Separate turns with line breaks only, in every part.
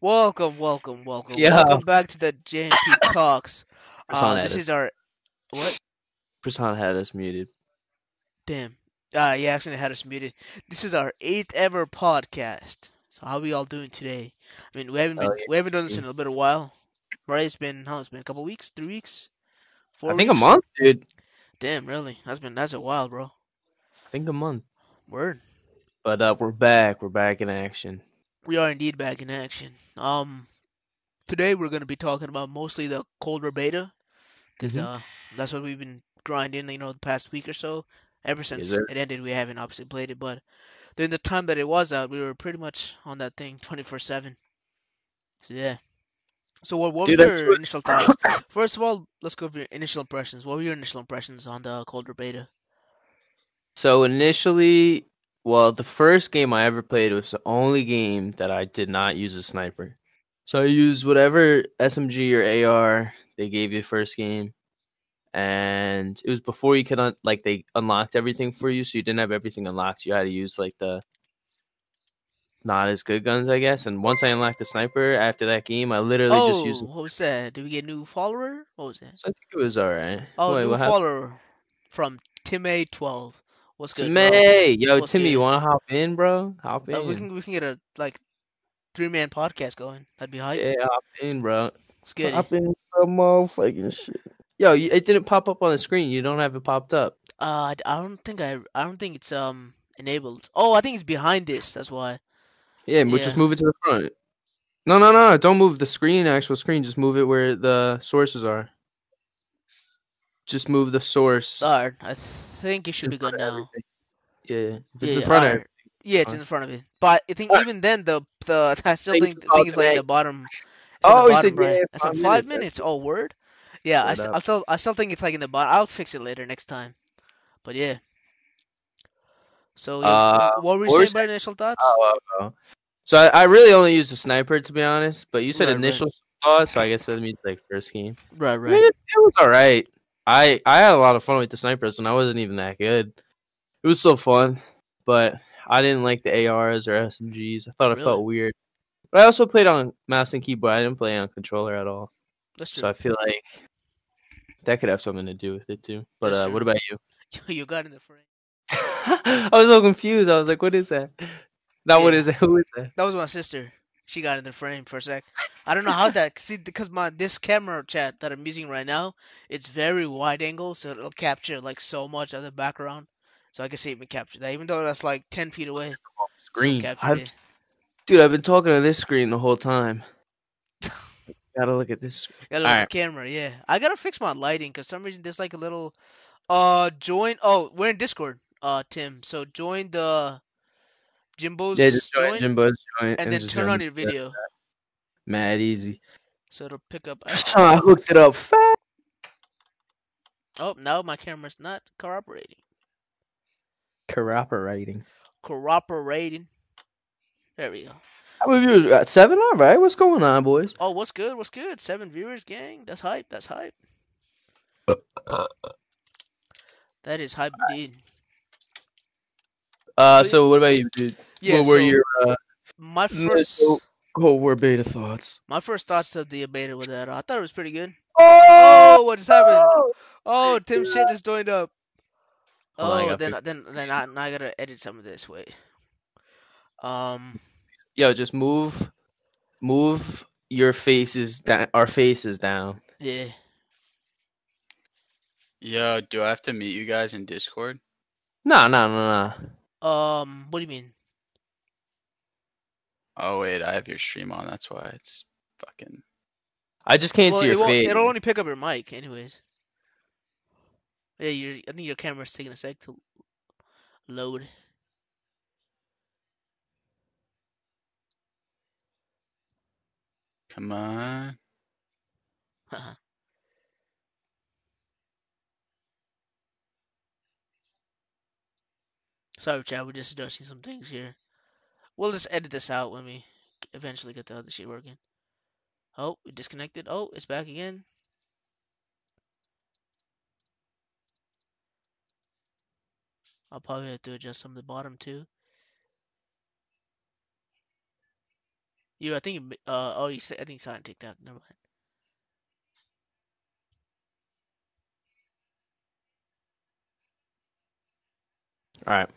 Welcome, welcome, welcome,
Yeah.
welcome back to the JNP Talks.
It's on
Uh, this
edit.
is our what?
Prasan had us muted.
Damn. Uh, you accidentally had us muted. This is our eighth ever podcast. So how we all doing today? I mean, we haven't
Oh,
been,
yeah.
we haven't done this in a bit of while, right? It's been how? It's been a couple weeks, three weeks, four.
I think a
weeks?
month, dude.
Damn, really? That's been that's a while, bro.
I think a month.
Word.
But uh, we're back. We're back in action.
We are indeed back in action. Um, today we're gonna be talking about mostly the colder beta, because
Mhm.
uh, that's what we've been grinding, you know, the past week or so. Ever since
sir.
it ended, we haven't obviously played it, but during the time that it was out, we were pretty much on that thing 24/7. So yeah. So what, what
Dude,
were
I
your
swear-
initial thoughts? First of all, let's go over your initial impressions. What were your initial impressions on the colder beta?
So initially, well, the first game I ever played was the only game that I did not use a sniper. So I used whatever SMG or AR they gave you first game, and it was before you could un- like they unlocked everything for you, so you didn't have everything unlocked. You had to use like the not as good guns, I guess. And once I unlocked the sniper after that game, I literally just
Oh,
used.
what was that? Did we get a new follower? What was that?
So I think it was alright.
Oh,
Wait,
new
what happened?
follower from Timay12. What's good, bro?
Timmy, yo,
What's
Timmy,
good?
you wanna hop in, bro? Hop
Uh, we
in.
can we can get a like three man podcast going. That'd be hype.
Yeah, hop in, bro.
It's good.
Hop in, bro, motherfucking shit. Yo, you, it didn't pop up on the screen. You don't have it popped up.
Uh, d- I don't think I I don't think it's um enabled. Oh, I think it's behind this. That's why.
Yeah, we'll just
Yeah.
move it to the front. No, no, no, don't move the screen, actual screen. Just move it where the sources are. Just move the source.
Alright, I think it should be
in front
good
of
now.
everything. Yeah, if
Yeah,
it's in
yeah,
front of
alright. Yeah, it's
fine.
in front of it. But I think
Alright.
even then the the I still
Thank
think
you
the
for
thing is like in
today.
the bottom. It's in the
Oh, he said,
bottom right.
yeah,
That's
five
in five
minutes.
minutes.
That's
Oh, word. Yeah, I
Word
st
up.
I still I still think it's like in the bottom. I'll fix it later next time. But yeah. So yeah,
Uh,
wh- what were you
what were you
saying about initial thoughts?
Oh, oh, oh. So I, I really only used a sniper to be honest, but you said
Right, right.
initial thought, so I guess that means like first game.
Right,
I mean,
right.
it, it was all right. I I had a lot of fun with the snipers, and I wasn't even that good. It was still fun, but I didn't like the ARs or SMGs. I thought it
Really?
felt weird. But I also played on mouse and keyboard. I didn't play on controller at all,
That's
so
true.
I feel like that could have something to do with it too. But
That's
uh,
true.
what about you?
You got in the frame.
I was so confused. I was like, "What is that? Not what
Yeah.
is that? Who is that?"
That was my sister. She got in the frame for a sec. I don't know how that. See, because my this camera chat that I'm using right now, it's very wide angle, so it'll capture like so much of the background. So I can see it capture that, even though that's like ten feet away.
Green.
Still captured
I've
it.
Dude, I've been talking to this screen the whole time. Gotta look at this.
Got a
All
little
right.
camera, yeah. I gotta fix my lighting because some reason there's like a little uh join. Oh, we're in Discord, uh Tim. So join the Jimbo's
Yeah, just join,
join,
Jimbo's join,
and then
just
turn
join.
on your video,
Mad easy.
so it'll pick up. uh,
I hooked it up fast.
Oh, now my camera's not cooperating.
Cooperating.
Cooperating. There we go.
How many viewers we got? Seven? All right. What's going on, boys?
Oh, what's good? What's good? Seven viewers, gang. That's hype. That's hype. That is hype indeed. So, yeah.
Uh, so what about you, dude?
Yeah.
what were
so
your Oh, uh,
my first
initial core beta thoughts?
my first thoughts of the beta was that uh, I thought it was pretty good.
Oh,
Oh, what just happened? Oh, Tim shit just joined up.
Hold on, I
Oh,
gotta
then then then I, now I gotta edit some of this. Wait. Um,
Yo, just move, move your faces down, our faces down.
yeah.
Yo, do I have to meet you guys in Discord?
No, no, no, no.
Um, what do you mean?
Oh wait, I have your stream on. That's why it's fucking.
I just can't
Well,
see
it
your
won't,
face.
it'll only pick up your mic, anyways. Yeah, your I think your camera's taking a sec to load.
Come on.
Uh-huh. Sorry, Chad, we're just adjusting some things here. We'll just edit this out when we eventually get the other shit working. Oh, we disconnected. Oh, it's back again. I'll probably have to adjust some of the bottom too. You, I think. you mi- Uh, oh, you said I think it's on TikTok. Never mind.
All right.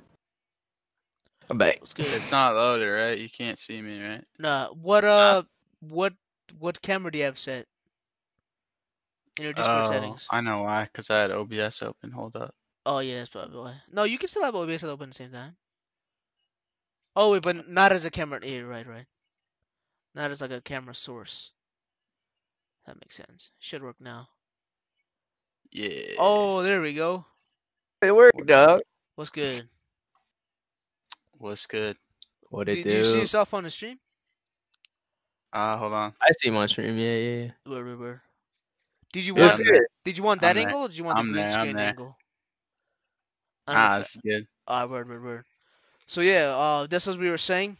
I'm back.
What's good?
It's not loaded, right? You can't see me, right?
Nah, what uh, what what camera do you have set in your Discord
oh,
settings?
I know why. Cause I had OBS open. Hold up.
Oh yeah, that's probably why. No, you can still have OBS open at the same time. Oh wait, but not as a camera. Yeah, you're right, right. Not as like a camera source. That makes sense. Should work now.
Yeah.
Oh, there we go.
It worked, dog.
What's good?
What's good?
What
Did
it
you see
do?
yourself on the stream?
Ah, hold on.
I see my stream. Yeah, yeah. yeah.
Where, where, where? Did you
It was
want?
I'm
good.
Did you want that
I'm there.
angle? Or did you want the
I'm
green
there, I'm
screen
there.
angle? I don't know if
Ah,
that-
this is good.
Ah, word, word, word. So yeah, uh, that's what we were saying.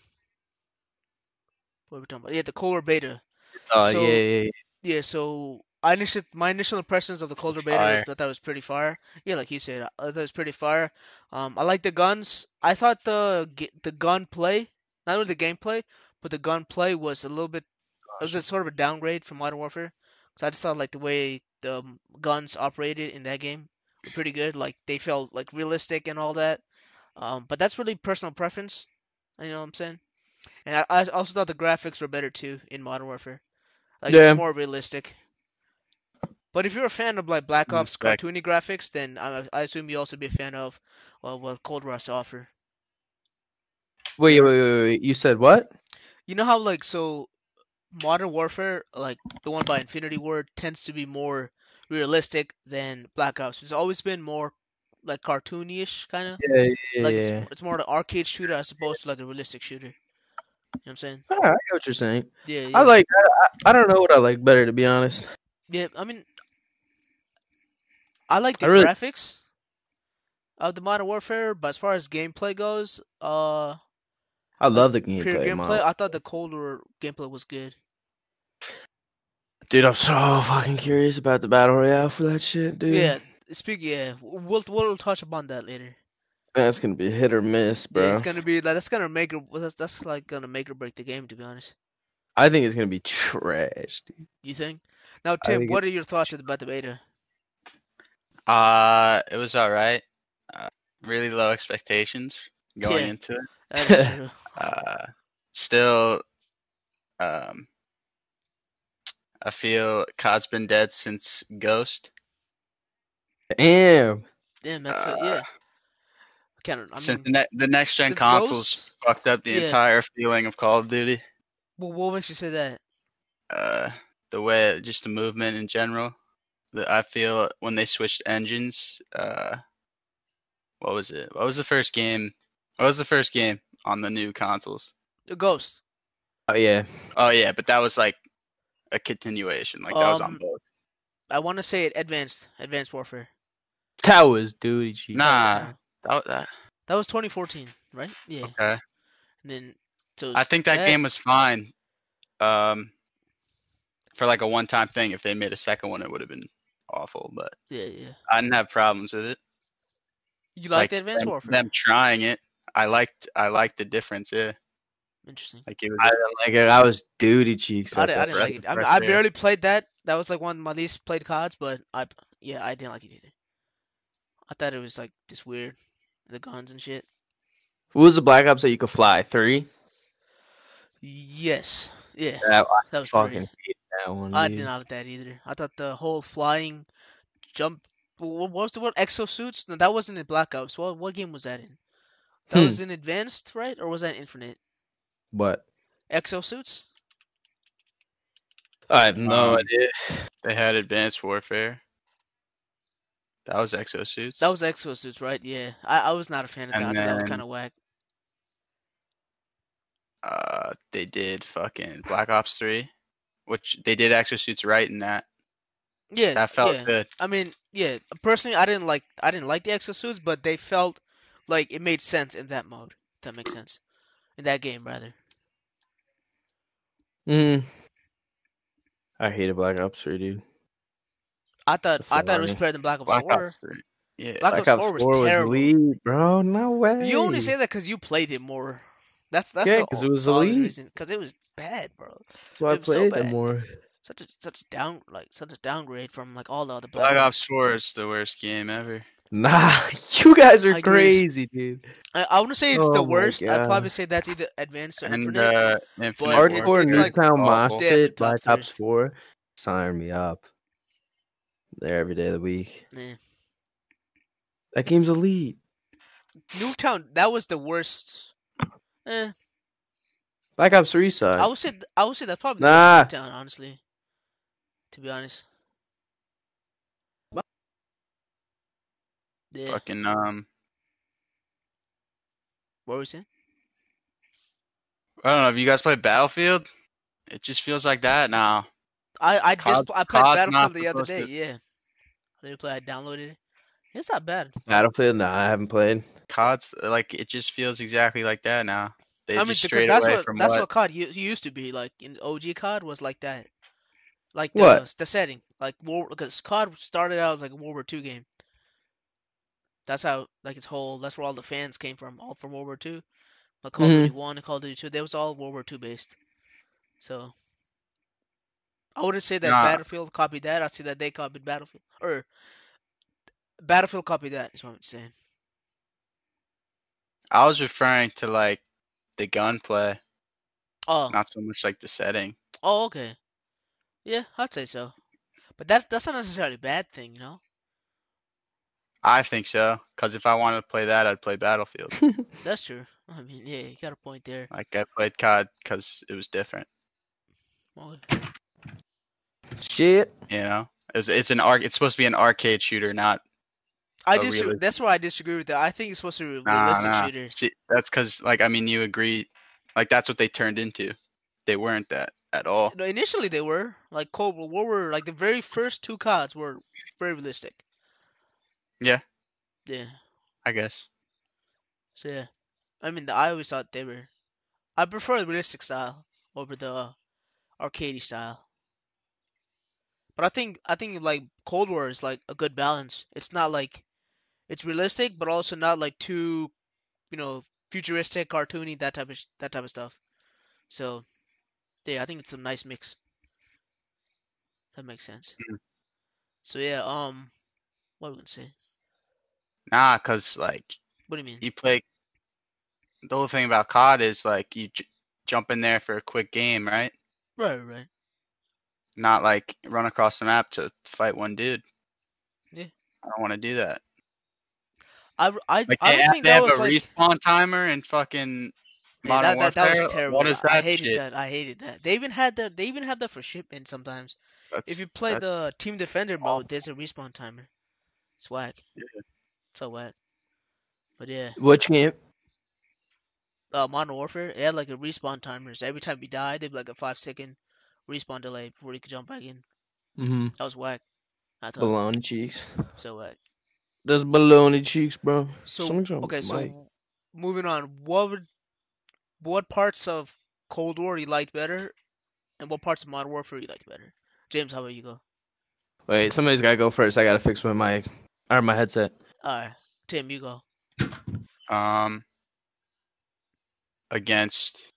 What were we talking about? Yeah, the Kohler beta.
Oh,
So-
yeah, yeah, yeah.
Yeah, so I initial my initial impressions of the Kohler beta,
Fire.
I thought it was pretty fire. Yeah, like you said, I thought it was pretty fire. Um, I like the guns. I thought the g- the gun play, not only the gameplay, but the gun play was a little bit. It was a sort of a downgrade from Modern Warfare. So I just thought like the way the um, guns operated in that game were pretty good. Like they felt like realistic and all that. Um, but that's really personal preference. You know what I'm saying? And I, I also thought the graphics were better too in Modern Warfare. Like
Yeah.
it's more realistic. But if you're a fan of like Black Ops
Respect.
cartoony graphics, then I, I assume you also be a fan of well, what Cold War has to offer.
Wait, wait, wait, wait. You said what?
You know how like so Modern Warfare, like the one by Infinity Ward, tends to be more realistic than Black Ops. It's always been more like cartoonyish kind of.
Yeah, yeah, yeah.
Like
yeah.
it's it's more of an arcade shooter as opposed to like a realistic shooter. You know what I'm saying?
All right, I get what you're saying.
Yeah, yeah.
I like. I, I I don't know what I like better, to be honest.
Yeah, I mean, I like
I
the
really-
graphics of the Modern Warfare, but as far as gameplay goes, uh,
I love the
pure
gameplay.
gameplay,
Mom.
I thought the Cold War gameplay was good.
Dude, I'm so fucking curious about the battle royale for that shit, dude.
Yeah, speak. Yeah, we'll we'll touch upon that later.
That's gonna be hit or miss,
Yeah,
bro.
it's gonna be like that's gonna make or well, that's that's like gonna make or break the game, to be honest.
I think it's gonna be trash, dude.
You think? Now, Tim,
think
what are your thoughts about the beta?
Uh, it was all right. Uh, really low expectations going
Yeah.
into it.
That is true.
uh, still, um, I feel COD's been dead since Ghost.
Damn.
Damn, that's a,
Uh,
yeah. I can't. I
since
mean,
the, ne- the next gen
since
consoles
Ghost?
fucked up the
Yeah.
entire feeling of Call of Duty.
Well, what makes you say that?
Uh, the way, just the movement in general. That I feel when they switched engines. Uh, what was it? What was the first game? What was the first game on the new consoles?
The Uh, Ghost.
Oh yeah.
Oh yeah, but that was like a continuation. Like that was on
Um,
both.
I want to say it advanced, advanced warfare.
That was dude.
That
Jesus.
was
Nah.
terrible.
That, was- that,
That was 2014, right? Yeah.
okay.
And then so
Oh. I
it's
think that game was fine. Um, for like a one-time thing. If they made a second one, it would have been awful. But
Yeah, yeah.
I didn't have problems with it.
You liked
Like,
Advanced
them,
Warfare?
them trying it, I liked. I liked the difference. Yeah,
Interesting.
like it was.
I didn't like it. I was duty cheeks.
I
at
didn't, I
that
didn't
Breath
like
of
it. I, mean,
Fresh
I
Air.
barely played that. That was like one of my least played cards, but I yeah, I didn't like it either. I thought it was like just weird, the guns and shit.
What was the Black Ops that you could fly? Three?
Yes. Yeah.
That, I
That was
fucking
three.
hate that one.
I
dude.
did not like that either. I thought the whole flying jump. wh- What was the word? Exosuits? No, that wasn't in Black Ops. What what game was that in? That
Hmm.
was in Advanced, right? Or was that Infinite?
But
Exosuits?
I have no
Um,
idea.
They had Advanced Warfare. That was exosuits.
That was Exosuits, right? Yeah. I, I was not a fan of that.
And
I thought that was
then-
kind of whack.
uh, they did fucking Black Ops Three, which they did exosuits right in that.
Yeah.
That felt
yeah.
good.
I mean, yeah. Personally, I didn't like I didn't like the exosuits, but they felt like it made sense in that mode. If that makes sense. In that game, rather.
Mm. I hated Black Ops 3, dude.
I thought I thought it was
Flying.
better than Black Ops
Black
4.
Ops Three. Yeah.
Black
Black
Ops
Ops
4 was
4 was
terrible.
elite, bro. No way.
You only say that because you played it more. That's that's
Yeah,
the
'cause
o-
it was
solid
elite.
reason. Because it was bad, bro.
That's why I
it was so
played it
bad.
more.
Such a such a down like such a downgrade from like all the other
Black
Black Ops.
Ops Four is the worst game ever.
Nah, you guys are
I agree.
crazy, dude.
I, I wouldn't say it's the
Oh my
worst. I'd probably
God.
say that's either Advanced or
And
Infinite.
uh, Infinite
But it-
Hardcore
Warfare
it's
is
like-
Nuketown
awful.
Mosh
Definitely top
Pit, Black
three.
Ops 4. Sign me up. There every day of the week.
Nah.
That game's elite.
Newtown, that was the worst. Eh,
Black Ops 3 sucked.
I would say th- I would say that's probably the
Nah.
worst Newtown, honestly. To be honest.
Bu-
Yeah.
Fucking um,
What were we saying?
I don't know. Have you guys played Battlefield? It just feels like that now.
I I just
COD
pl- I played
COD's
Battlefield
not
the other
supposed
day.
to-
Yeah. They play. I downloaded it. It's not bad.
Battlefield? Nah, I haven't played.
COD's uh, like it just feels exactly like that now. They
I mean,
just
because
strayed
that's
away
what
from
that's
what
what COD u- used to be like. In OG COD was like that, like the
What?
the setting, like war because COD started out as like a World War II game. That's how like its whole that's where all the fans came from, all from World War II. Like Call of
Mm-hmm.
Duty One and Call of Duty Two, they was all World War II based. So I wouldn't say that
Nah.
Battlefield copied that. I'd say that they copied Battlefield or Battlefield copied that is what I'm saying.
I was referring to like the gunplay,
Oh,
not so much like the setting.
oh, okay, yeah, I'd say so. But that's that's not necessarily a bad thing, you know.
I think so, because if I wanted to play that, I'd play Battlefield.
That's true. I mean, yeah, you got a point there.
like I played COD because it was different.
Okay.
Shit.
You know, it's it's an arc. It's supposed to be an arcade shooter, not
I
a
disagree.
realis-
That's where I disagree with that. I think it's supposed to be a
Oh, nah,
realistic
nah.
shooter.
See, that's because like I mean, you agree, like that's what they turned into. They weren't that at all.
No, initially they were like Cold War, War were like the very first two CODs were very realistic.
Yeah.
Yeah.
I guess.
So yeah, I mean, I always thought they were. I prefer the realistic style over the uh, arcadey style. But I think I think like Cold War is like a good balance. It's not like it's realistic, but also not like too, you know, futuristic, cartoony, that type of sh- that type of stuff. So, yeah, I think it's a nice mix. That makes sense.
Mhm.
So yeah, um, what we gonna say?
Nah, because like
What do you mean?
you play. The whole thing about COD is like you j- jump in there for a quick game, right?
Right, right.
Not like run across the map to fight one dude.
Yeah.
I don't want to do that.
I r- I,
Like
I
they
don't
have
think
to
that
have a
was like
respawn timer and fucking
yeah, that,
Modern
that that was
Warfare?
terrible.
What is
I
that
hated
shit?
that. I hated that. They even had that. They even have that for shipment sometimes. If
That's-
you play
that-
the team defender
awful.
mode, there's a respawn timer. It's whack. It's so whack. But yeah,
Which game?
uh, Modern Warfare, it had like a respawn timer. So every time you died, there'd be like a five second respawn delay before you could jump back in.
Mm-hmm.
That was whack. I thought
Bologna cheeks.
so whack.
That's baloney cheeks, bro.
So
Something's wrong with
okay,
the
so
mic.
moving on, what would what parts of Cold War you liked better, and what parts of Modern Warfare you liked better? James, how about you go?
Wait, somebody's gotta go first. I gotta fix my mic or my headset.
All right, Tim, you go.
Um, against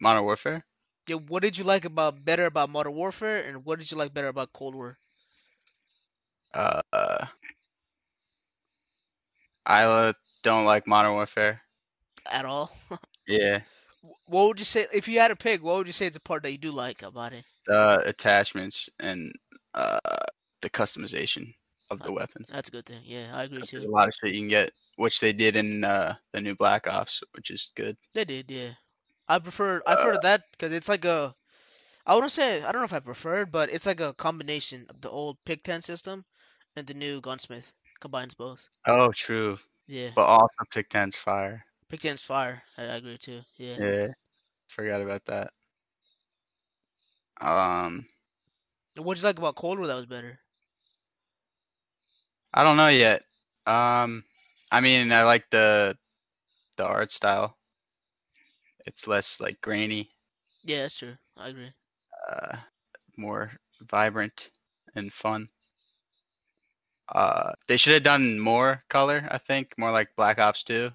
Modern Warfare.
Yeah, what did you like about better about Modern Warfare, and what did you like better about Cold War?
Uh, uh, I uh, don't like Modern Warfare.
At all?
Yeah,
wh- what would you say if you had a pick? What would you say is the part that you do like about it?
The attachments and uh, the customization of the weapons.
That's a good thing. Yeah, I agree
There's a
too.
lot of shit you can get, which they did in uh, the new Black Ops, which is good.
They did, yeah. I prefer I
Uh.
prefer that because it's like a I wouldn't say I don't know if I prefer it, but it's like a combination of the old pick ten system and the new gunsmith combines both.
Oh, true.
Yeah,
But also Pick 10's fire.
pick ten's fire. I, I agree too. Yeah.
Yeah. Forgot about that. Um,
What'd you like about Cold War that was better?
I don't know yet. Um, I mean, I like the the art style. It's less like grainy,
Yeah, that's true. I agree.
uh, more vibrant and fun. Uh, they should have done more color. I think more like Black Ops Two.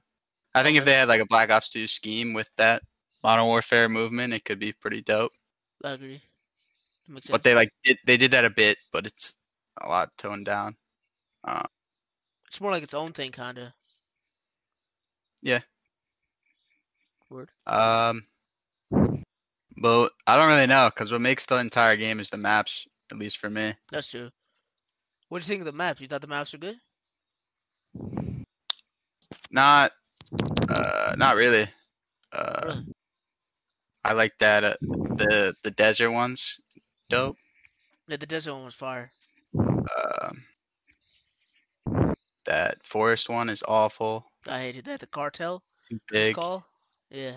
I think if they had like a Black Ops Two scheme with that Modern Warfare movement, it could be pretty dope.
I agree. That makes sense.
But they like did, they did that a bit, but it's a lot toned down.
it's more like its own thing, kinda.
Um, but I don't really know because what makes the entire game is the maps, at least for me.
That's true. What do you think of the maps? You thought the maps were good?
Not, uh, not really. Uh,
Really?
I like that uh, the the desert ones, dope.
Yeah, the desert one was fire.
Um, that forest one is awful.
I hated that. The cartel
Too
was
big.
called. Yeah.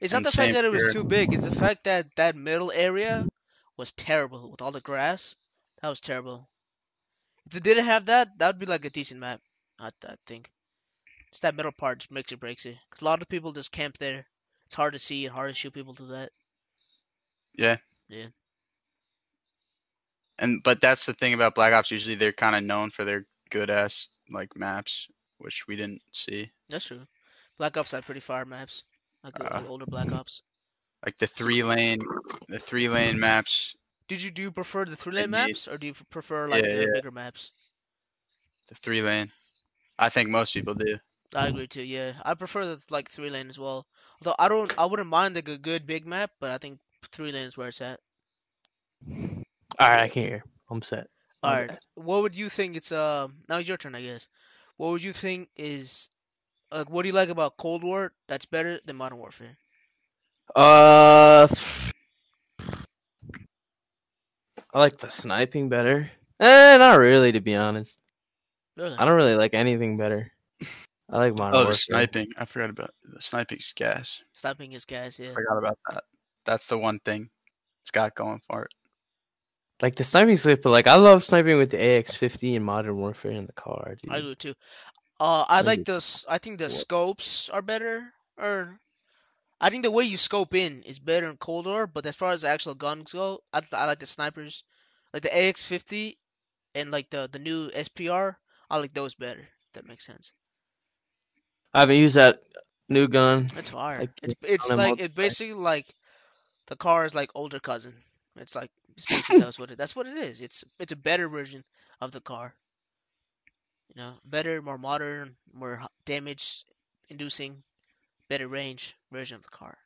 It's not
And
the fact
same
that it was
here.
too big. It's the fact that that middle area was terrible with all the grass. That was terrible. If they didn't have that, that would be like a decent map. I, I think. It's that middle part just makes or breaks it. Cause a lot of people just camp there. It's hard to see and hard to shoot people to that.
And but that's the thing about Black Ops. Usually they're kind of known for their good ass like maps, which we didn't see.
That's true. Black Ops had pretty fire maps. Like the,
Uh.
the older Black Ops.
Like the three lane, the three lane maps
Did you do you prefer the three lane
need-
maps or do you f- prefer like
Yeah,
the
yeah.
bigger maps?
The three lane. I think most people do.
Mm-hmm.
I agree too. Yeah, I prefer the like three lane as well. Although I don't, I wouldn't mind like a good big map, but I think three lane is where it's at.
All right, I can hear. I'm set.
All
My
right,
bad.
what would you think? It's uh, now it's your turn, I guess. What would you think is like? What do you like about Cold War? That's better than Modern Warfare.
Uh, I like the sniping better. Eh, not really, to be honest.
Really?
I don't really like anything better. I like Modern
Oh, the
Warfare.
sniping. I forgot about the sniping's gas.
Sniping his guys. Yeah,
Forgot about that. That's the one thing it's got going for it.
Like the sniping's good, but like I love sniping with the AX50 and Modern Warfare in the car, dude.
I agree too. Uh, I like
Maybe.
the. s- I think the
What?
scopes are better. Or I think the way you scope in is better in Cold War, but as far as the actual guns go, I, th- I like the snipers, like the AX50, and like the the new SPR. I like those better. If that makes sense.
I haven't used that new gun.
It's fire.
Like,
it's
it's
it's
on a
like
multi-
it basically like the car is like older cousin. It's like it's basically that's what it that's what it is. It's it's a better version of the car. You know, better, more modern, more damage inducing, better range version of the car.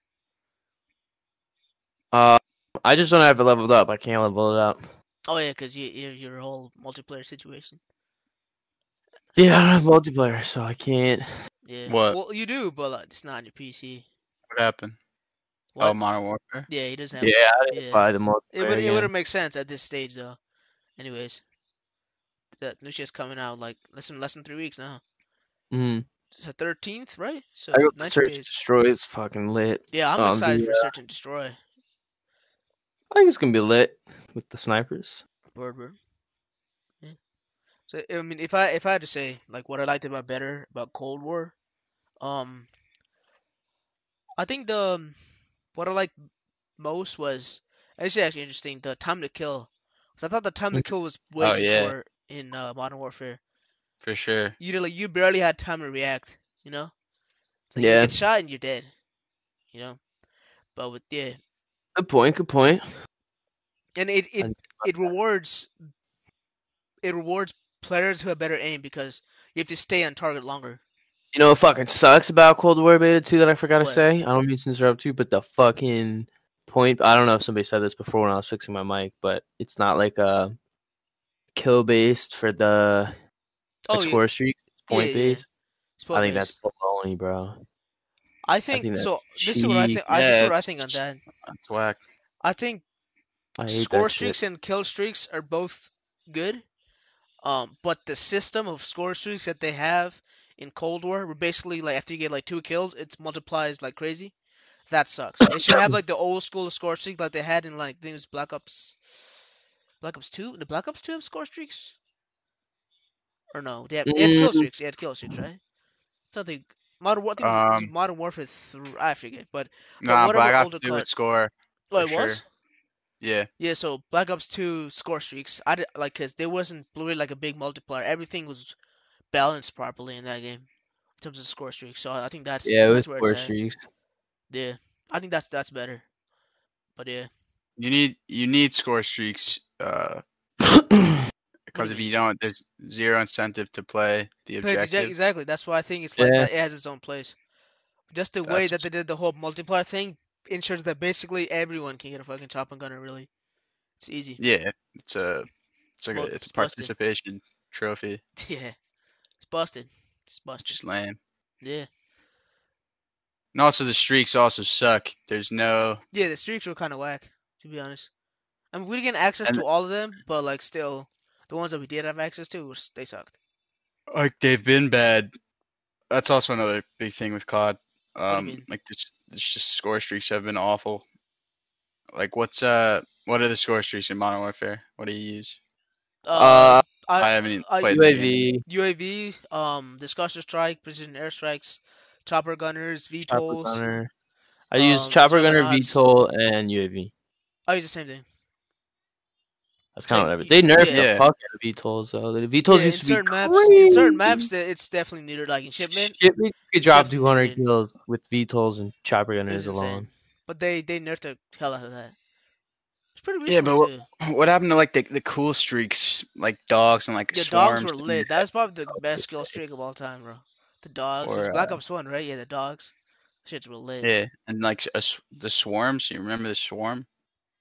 Uh, I just don't have it leveled up. I can't level it up.
Oh yeah, because you, you your whole multiplayer situation.
Yeah, I don't have multiplayer, so I can't.
Yeah.
What?
Well, you do, but like, it's not on your PC.
What happened? Oh,
What?
Modern Warfare.
Yeah, he doesn't have.
Yeah, I
Yeah.
didn't buy the multiplayer.
It would it
again.
would have made sense at this stage though. Anyways, that new shit's coming out like less than less than three weeks now.
Mm.
It's the thirteenth, right? So
I hope the
90
Search and
days.
Destroy is fucking lit.
Yeah, I'm
um,
excited
the,
for Search and Destroy.
I think it's gonna be lit with the snipers.
Word, word. Yeah. So I mean, if I if I had to say like what I liked about better about Cold War, um, I think the um, what I liked most was it's actually interesting the time to kill. 'Cause I thought the time to
Mm-hmm.
kill was way
Oh,
too
yeah.
short in uh, Modern Warfare.
For sure.
You did, like you barely had time to react. You know, it's like you
Yeah.
get shot and you're dead. You know, but with yeah,
Good point. Good point.
and it it,
And-
it rewards it rewards players who have better aim because you have to stay on target longer.
You know what fucking sucks about Cold War Beta 2 that I forgot
What?
to say? I don't mean to interrupt you, but the fucking point I don't know if somebody said this before when I was fixing my mic, but it's not like a kill based for the
Oh,
like
yeah,
score streak. It's
yeah,
point
yeah.
based.
it's
I think
Pokemon.
that's baloney, bro.
I think,
think that's
so. This is what I think.
cheap.
I, this is
Yeah,
what I
it's
think on
just-
that.
That's whack.
I think
I hate
score
that shit.
streaks and kill streaks are both good. Um, but the system of score streaks that they have in Cold War, where basically like after you get like two kills, it multiplies like crazy. That sucks. They should have like the old school score streak like they had in like things Black Ops, Black Ops Two. The Black Ops Two have score streaks, or no? They had, they had kill
Mm.
streaks. They had kill streaks, right? Something Modern War. I think it was
Um,
Modern Warfare. 3, I forget, but
Nah,
what about
Black
older
Ops 2
cut?
would score.
oh, it
For
was.
sure. Yeah.
Yeah, so Black Ops 2 score streaks, I did, like, cause there wasn't really like a big multiplier. Everything was balanced properly in that game in terms of score streaks. So I I think that's
Yeah, it was
that's where
score
it's at.
streaks.
Yeah, I think that's that's better. But yeah,
You need you need score streaks uh, because if
mean?
you don't, there's zero incentive to play the
Play the-
objective.
exactly. That's why I think it's like
Yeah.
that, it has its own place. Just the way
That's-
that they did the whole multiplier thing ensures that basically everyone can get a fucking chop and gunner. Really, it's easy.
Yeah, it's a it's like
Well,
a, it's a
it's busted.
participation trophy.
Yeah, it's busted. It's busted.
Just lame.
Yeah,
And also the streaks also suck. There's no
yeah. The streaks were kind of whack, to be honest. I mean, we didn't get access
And-
to all of them, but like still, the ones that we did have access to, was- they sucked.
like they've been bad. That's also another big thing with COD.
do you
Um,
mean?
like this, this just score streaks have been awful. Like what's uh what are the score streaks in Modern Warfare? What do you use?
Uh,
I
I,
haven't even
I-
played the game.
UAV,
UAV, um, discussion strike, precision airstrikes, chopper gunners,
chopper
VTOLs.
gunner. I use
um,
chopper gunner,
juggernauts.
VTOL, and UAV.
I use Oh, the same thing.
That's kind
Same-
of whatever.
y-
They nerfed
yeah.
the fuck out of VTOLs though. The VTOLs
yeah, in
used to be
certain maps, in certain maps,
crazy.
that it's definitely needed. Like in shipment,
Shipment could drop
definitely
200
needed.
kills with VTOLs and chopper
it was
gunners
insane.
alone.
But they they nerfed the hell out of that. It's pretty
Yeah,
recently
but what-
too.
What happened to like the, the cool streaks, like dogs and like
Yeah,
swarms?
dogs were
and-
lit. That was probably the
Dogs were
best kill
sick.
streak of all time, bro. The dogs. it
Or,
was Black Ops One, right? Yeah, the dogs. Shit's real lit.
Yeah, and like a s the swarms. You remember the swarm?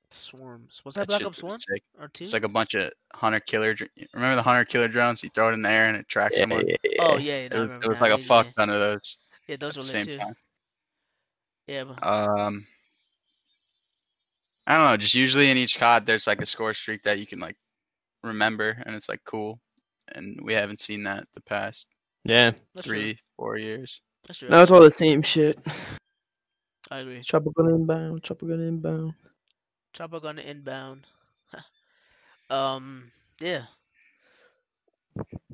Swarms. Was that,
That
Black
shit
Ops
was
One
sick.
or two?
It's like a bunch of hunter killer. dr- Remember the hunter killer drones? You throw it in the air and it tracks
Yeah,
someone.
yeah,
oh yeah,
yeah.
yeah,
It
no, I
was, it
remember
was
now.
like a
yeah,
fuck
Yeah,
ton of those
yeah
at
those
the
were lit
same
too.
time.
Yeah, but
Um, I don't know. Just usually in each COD, there's like a score streak that you can like remember, and it's like cool. And we haven't seen that the past
Yeah.
that's true.
three, four years.
That's true.
Now it's all the same shit.
I agree.
Chopper gunner inbound, chopper gunner inbound.
Chopper gun inbound. um, yeah.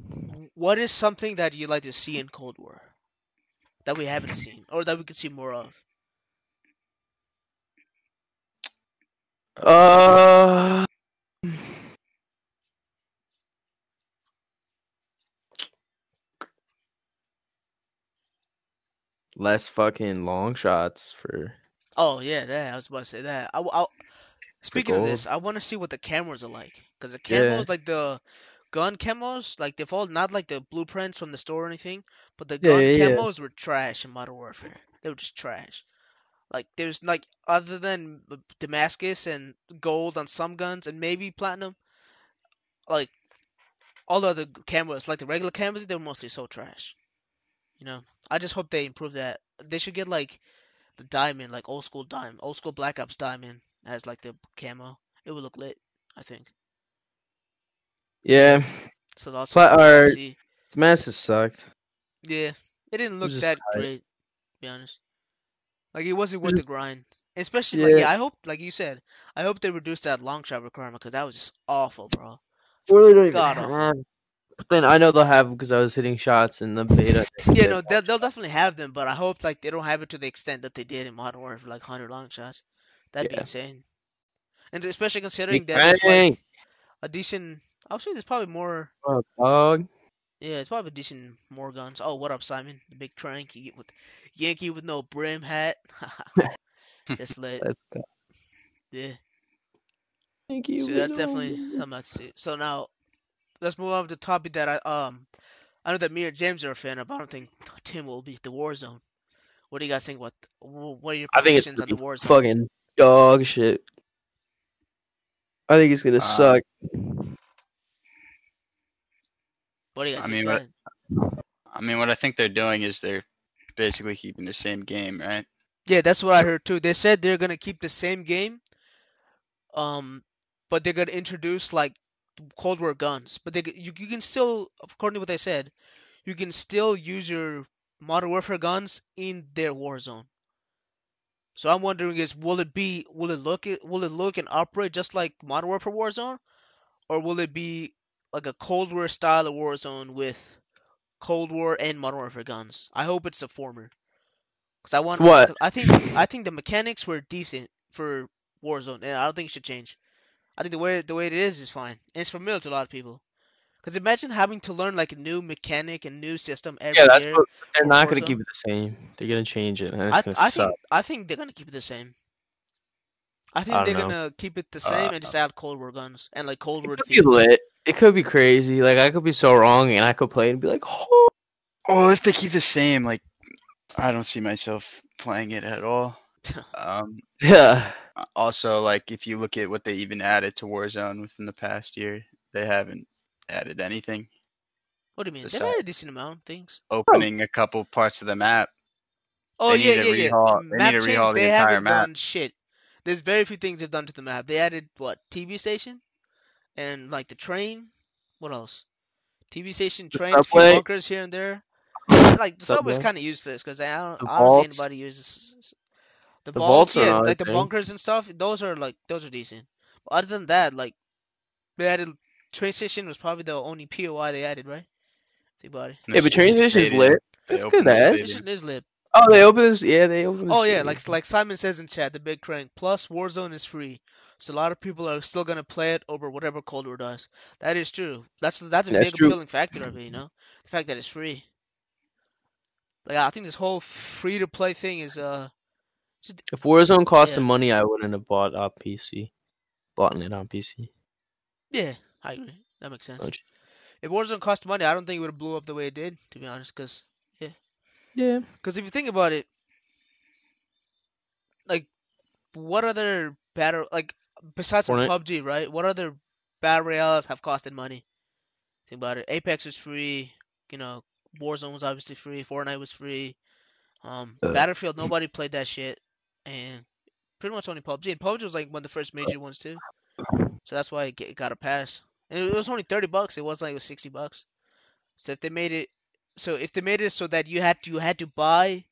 W- What is something that you'd like to see in Cold War that we haven't seen, or that we could see more of?
Uh. Less fucking long shots for.
Oh yeah, that I was about to say that. I, w- I- speaking of
gold.
this, I want to see what the cameras are like because the
Yeah.
camos, like the gun camos, like they fall not like the blueprints from the store or anything, but the
Yeah,
gun
yeah, yeah.
camos were trash in Modern Warfare. They were just trash. Like there's like other than B- Damascus and gold on some guns and maybe platinum, like all the other g- cameras, like the regular cameras, they were mostly so trash. You know, I just hope they improve that. They should get like the diamond, like old school diamond, old school Black Ops diamond as like the camo. It would look lit, I think.
Yeah.
So that's
Pla-
something I'd like to
or-
see.
The masses sucked.
Yeah, it didn't look
just
that
tight.
great, to be honest. Like it wasn't
was
worth the grind. Especially like
Yeah.
yeah, I hope like you said, I hope they reduce that long shot requirement because that was just awful, bro.
Really don't even
God awful.
have. But then I know they'll have because I was hitting shots in the beta.
Yeah, no, they'll, they'll definitely have them, but I hope like they don't have it to the extent that they did in Modern Warfare, like 100 long shots. That'd be
Yeah.
insane. And especially considering
Big
that there's
bang.
like a decent, I would say there's probably more.
Fuck, Oh, dog.
Yeah, it's probably decent more guns. Oh, what up, Simon? The big cranky with Yankee with no brim hat. That's lit.
Let's go.
Yeah.
Thank you.
So
we
that's
know.
definitely something I'd see. So now let's move on to the topic that I um I know that me or James are a fan of. but I don't think Tim will beat the Warzone. What do you guys think? What what are your
I think it's
predictions on the
gonna be
Warzone?
fucking dog shit. I think it's gonna
Uh,
suck.
What do you guys
I
think?
mean, what-
Dan?
I mean, what I think they're doing is they're basically keeping the same game, right?
Yeah, that's what I heard too. They said they're gonna keep the same game, um, but they're gonna introduce like Cold War guns. But they g- you you can still, according to what they said, you can still use your Modern Warfare guns in their war zone. So I'm wondering is will it be will it look it will it look and operate just like Modern Warfare Warzone, or will it be like a Cold War style of Warzone with Cold War and Modern Warfare guns? I hope it's the former. Cause I want.
What?
'cause I think I think the mechanics were decent for Warzone, and I don't think it should change. I think the way the way it is is fine, and it's familiar to a lot of people. Cause imagine having to learn like a new mechanic and new system every
Yeah, that's
year.
what, they're
or
not gonna
Warzone.
keep it the same. They're gonna change it, and it's
I,
gonna
I
suck.
think I think they're gonna keep it the same. I think
I
they're
don't know.
gonna keep it the same
Uh,
and just add Cold War guns and like Cold War
It could be
themed.
lit. It could be crazy. Like I could be so wrong, and I could play and be like, "Oh,
Well, if they keep the same, like I don't see myself playing it at all. Um,
yeah."
also, like if you look at what they even added to Warzone within the past year, they haven't added anything.
What do you mean? They've
Besides-
added a decent amount of things.
Opening a couple parts of the map.
Oh
They
yeah,
need to
yeah, yeah.
rehaul- they need
Map
to
change.
rehaul the
they
entire
haven't
map.
done shit. There's very few things they've done to the map. They added what TV station and like the train. What else? TV station,
The
train, a few
subway.
bunkers here and there. And, like the subway's
Subway.
kind of useless because I don't,
The
I don't see
vaults.
anybody uses the,
The
vaults.
vaults are eh?
Yeah,
another
like the
thing.
bunkers and stuff. Those are like those are decent. But other than that, like they added train station was probably the only POI they added, right? Think about it.
in
Yeah,
the
but train
sta-
station's
stadium.
lit.
They
That's good.
opened the
That.
stadium.
Train station is lit.
Oh, they open this. Yeah, they open this.
Oh yeah, like like Simon says in chat, the big crank. Plus, Warzone is free, so a lot of people are still gonna play it over whatever Cold War does. That is true. That's that's a
That's
big
true.
appealing factor of it, you know, the fact that it's free. Like I think this whole free to play thing is uh, it's a d-
If Warzone cost
Yeah.
some money, I wouldn't have bought on PC. Bought it on PC.
yeah, I agree. That makes sense.
Oh, gee.
If Warzone cost money, I don't think it would have blew up the way it did, to be honest. Cause,
Yeah.
'cause if you think about it, like what other battle like besides from
Fortnite.
PUBG, right? What other battle royales have costed money? Think about it. Apex was free. You know, Warzone was obviously free. Fortnite was free. Um,
Uh.
Battlefield, nobody played that shit, and pretty much only PUBG. And PUBG was like one of the first major ones too, so that's why it, get, it got a pass. And it was only thirty bucks. It wasn't like it was sixty bucks. So if they made it, so if they made it so that you had to, you had to buy,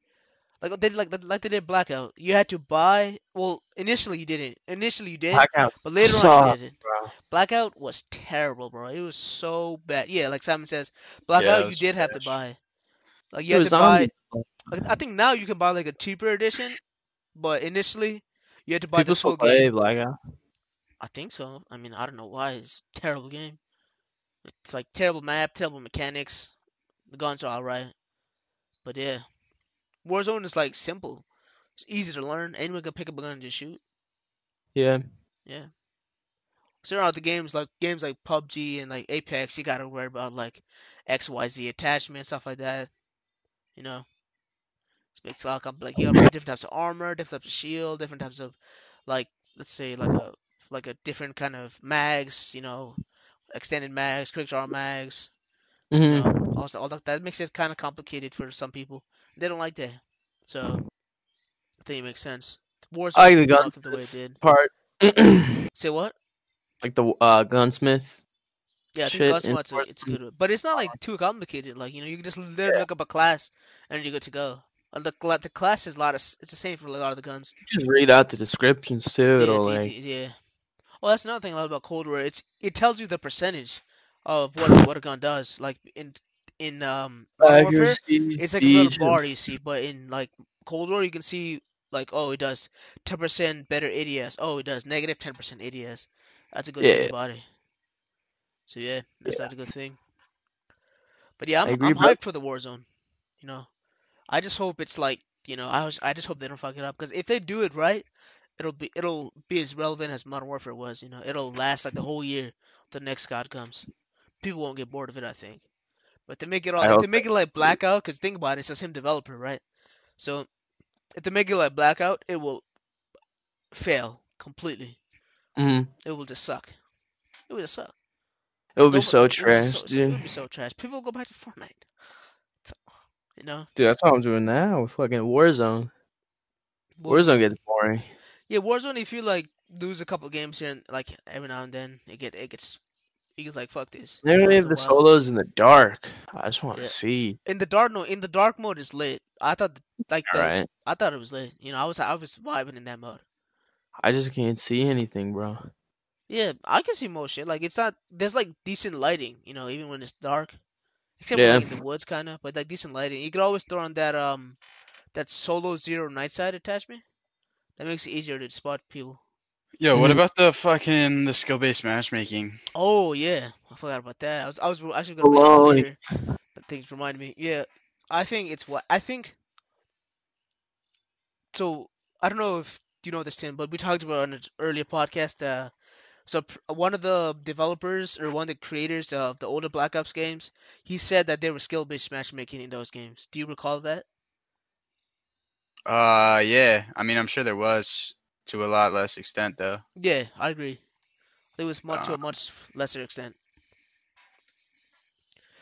like they did- like like they did Blackout, you had to buy. Well, initially you didn't. Initially you did,
Blackout.
but later on you
sucks,
didn't.
bro.
Blackout was terrible, bro. It was so bad. Yeah, like Simon says,
Yeah,
Blackout
it
you
was
did have to
trash.
buy. Like you
It
had
was
to buy.
zombie.
Like, I think now you can buy like a cheaper edition, but initially you had to buy the
People still
full game.
play Blackout.
I think so. I mean, I don't know why. It's a terrible game. It's like terrible map, terrible mechanics. The guns are alright, but yeah, Warzone is like simple. It's easy to learn. Anyone can pick up a gun and just shoot.
Yeah.
Yeah. So now the games like games like PUBG and like Apex, you gotta worry about like X Y Z attachment stuff like that. You know, it makes it all complex. Like you gotta play different types of armor, different types of shield, different types of like let's say like a like a different kind of mags. You know, extended mags, quick draw mags. You
hmm
know, all s- all that, that makes it kind of complicated for some people. They don't like that, so I think it makes sense. Warzone
I like
blew
the
up the way it
gunsmith
did.
part. like
Say what?
the uh, gunsmith
Yeah, I think
shit. in
Gunsmot's a, it's a
Warzone.
good, one. but it's not like too complicated. Like you know, you can just literally look up a class and you're good to go. Uh, The cla- the class is a lot of s- it's the same for a lot of the guns.
You just read out the descriptions too.
Yeah,
It'll
it's
like
easy. Yeah. Well, that's another thing I love about Cold War. It's it tells you the percentage of what what a gun does. Like in in um Modern Warfare,
accuracy,
it's like a little
siege.
bar you see, but in like Cold War, you can see like oh it does 10% better ADS. Oh, it does negative 10% ADS. That's a good thing
Yeah.
about it. So yeah, that's not a good thing. But yeah,
I
I'm
agree,
I'm
bro.
hyped for the Warzone. You know, I just hope it's like you know I was, I just hope they don't fuck it up because if they do it right, it'll be it'll be as relevant as Modern Warfare was. You know, it'll last like the whole year. The next COD comes, people won't get bored of it. I think. But to make it
I
all,
hope
to make it like blackout, because think about it, it says him developer, right? So if to make it like blackout, it will fail completely.
hmm
It will just suck. It will just suck.
It would be
Nobody-
so
it would be
trash,
so- It
dude.
would be so trash. People go back to Fortnite. So, you know,
Dude, that's what I'm doing now with fucking Warzone.
Well,
Warzone gets boring.
yeah, Warzone. If you like lose a couple games here and like every now and then, it get it gets it gets like fuck this.
Then we
After
have
a
the
while.
solos in the dark. I just want to
Yeah.
see.
In the dark, no, in the dark mode is lit. I thought th- like the,
All right,
I thought it was lit. You know, I was I was vibing in that mode.
I just can't see anything, bro.
Yeah, I can see most shit. Like it's not there's like decent lighting, you know, even when it's dark. Except for
Yeah.
like in the woods kind of, but like decent lighting. You could always throw on that um that solo zero night side attachment. That makes it easier to spot people.
Yo, what
Mhm.
about the fucking the skill based matchmaking?
Oh yeah, I forgot about that. I was I was actually gonna mention
Hello.
it later. But things remind me. Yeah, I think it's what I think. So I don't know if you know this, Tim, but we talked about on an earlier podcast. Uh, so pr- one of the developers or one of the creators of the older Black Ops games, he said that there was skill-based matchmaking in those games. Do you recall that?
Uh, yeah. I mean, I'm sure there was to a lot less extent though.
Yeah, I agree. Uh, It was much to a
Um,
much lesser extent.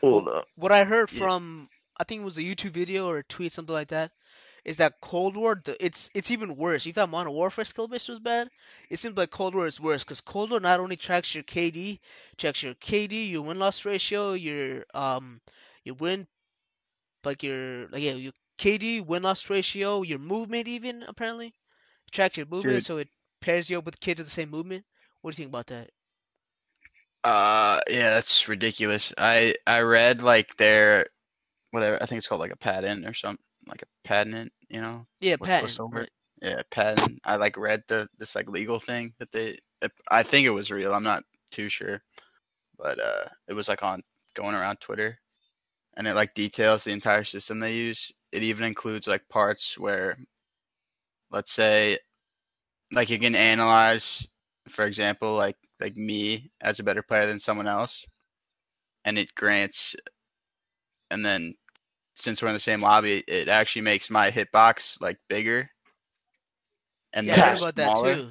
Hold up.
What I heard
Yeah.
from, I think it was a YouTube video or a tweet, something like that, is that Cold War, the, it's it's even worse. You thought Modern Warfare skill based was bad, it seems like Cold War is worse because Cold War not only tracks your KD, tracks your KD, your win loss ratio, your um your win like your like yeah your KD win loss ratio, your movement even apparently it tracks your movement,
Dude.
so it pairs you up with kids with the same movement. What do you think about that?
Uh, yeah, that's ridiculous. I I read like their whatever I think it's called like a patent or something like a patent. You know,
Yeah,
What-
patent.
what's the word?
Right.
yeah, patent. I like read the this like legal thing that they. I think it was real. I'm not too sure, but uh, it was like on going around Twitter, and it like details the entire system they use. It even includes like parts where, let's say, like you can analyze, for example, like like me as a better player than someone else, and it grants, and then since we're in the same lobby, it actually makes my hitbox like bigger. And
Yeah, I
they're
heard about that
smaller.
too.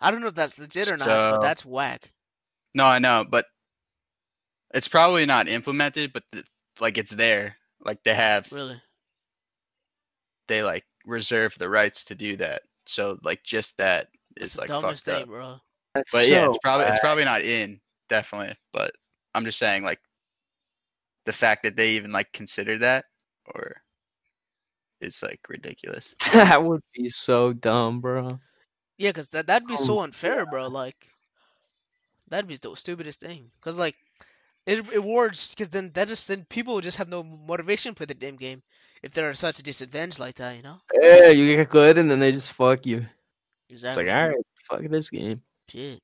I don't know if that's legit or not, but
So-
that's whack.
No, I know, but it's probably not implemented, but th- like it's there. Like they have,
Really.
they like reserve the rights to do that. So like just that
That's
is
the
like
dumbest
fucked
thing,
up.
bro.
That's
But yeah, it's
so
probably it's
bad.
probably not in definitely. But I'm just saying like the fact that they even like consider that or it's like ridiculous.
that would be so dumb, bro.
Yeah, cause that that'd be
Oh,
so unfair, bro. Like that'd be the stupidest thing. Cause like it rewards, cause then that just then people would just have no motivation for the damn game if they're at such a disadvantage like that, you know?
Yeah, you get good, and then they just fuck you. It's like,
Exactly.
all right, fuck this game.
Shit.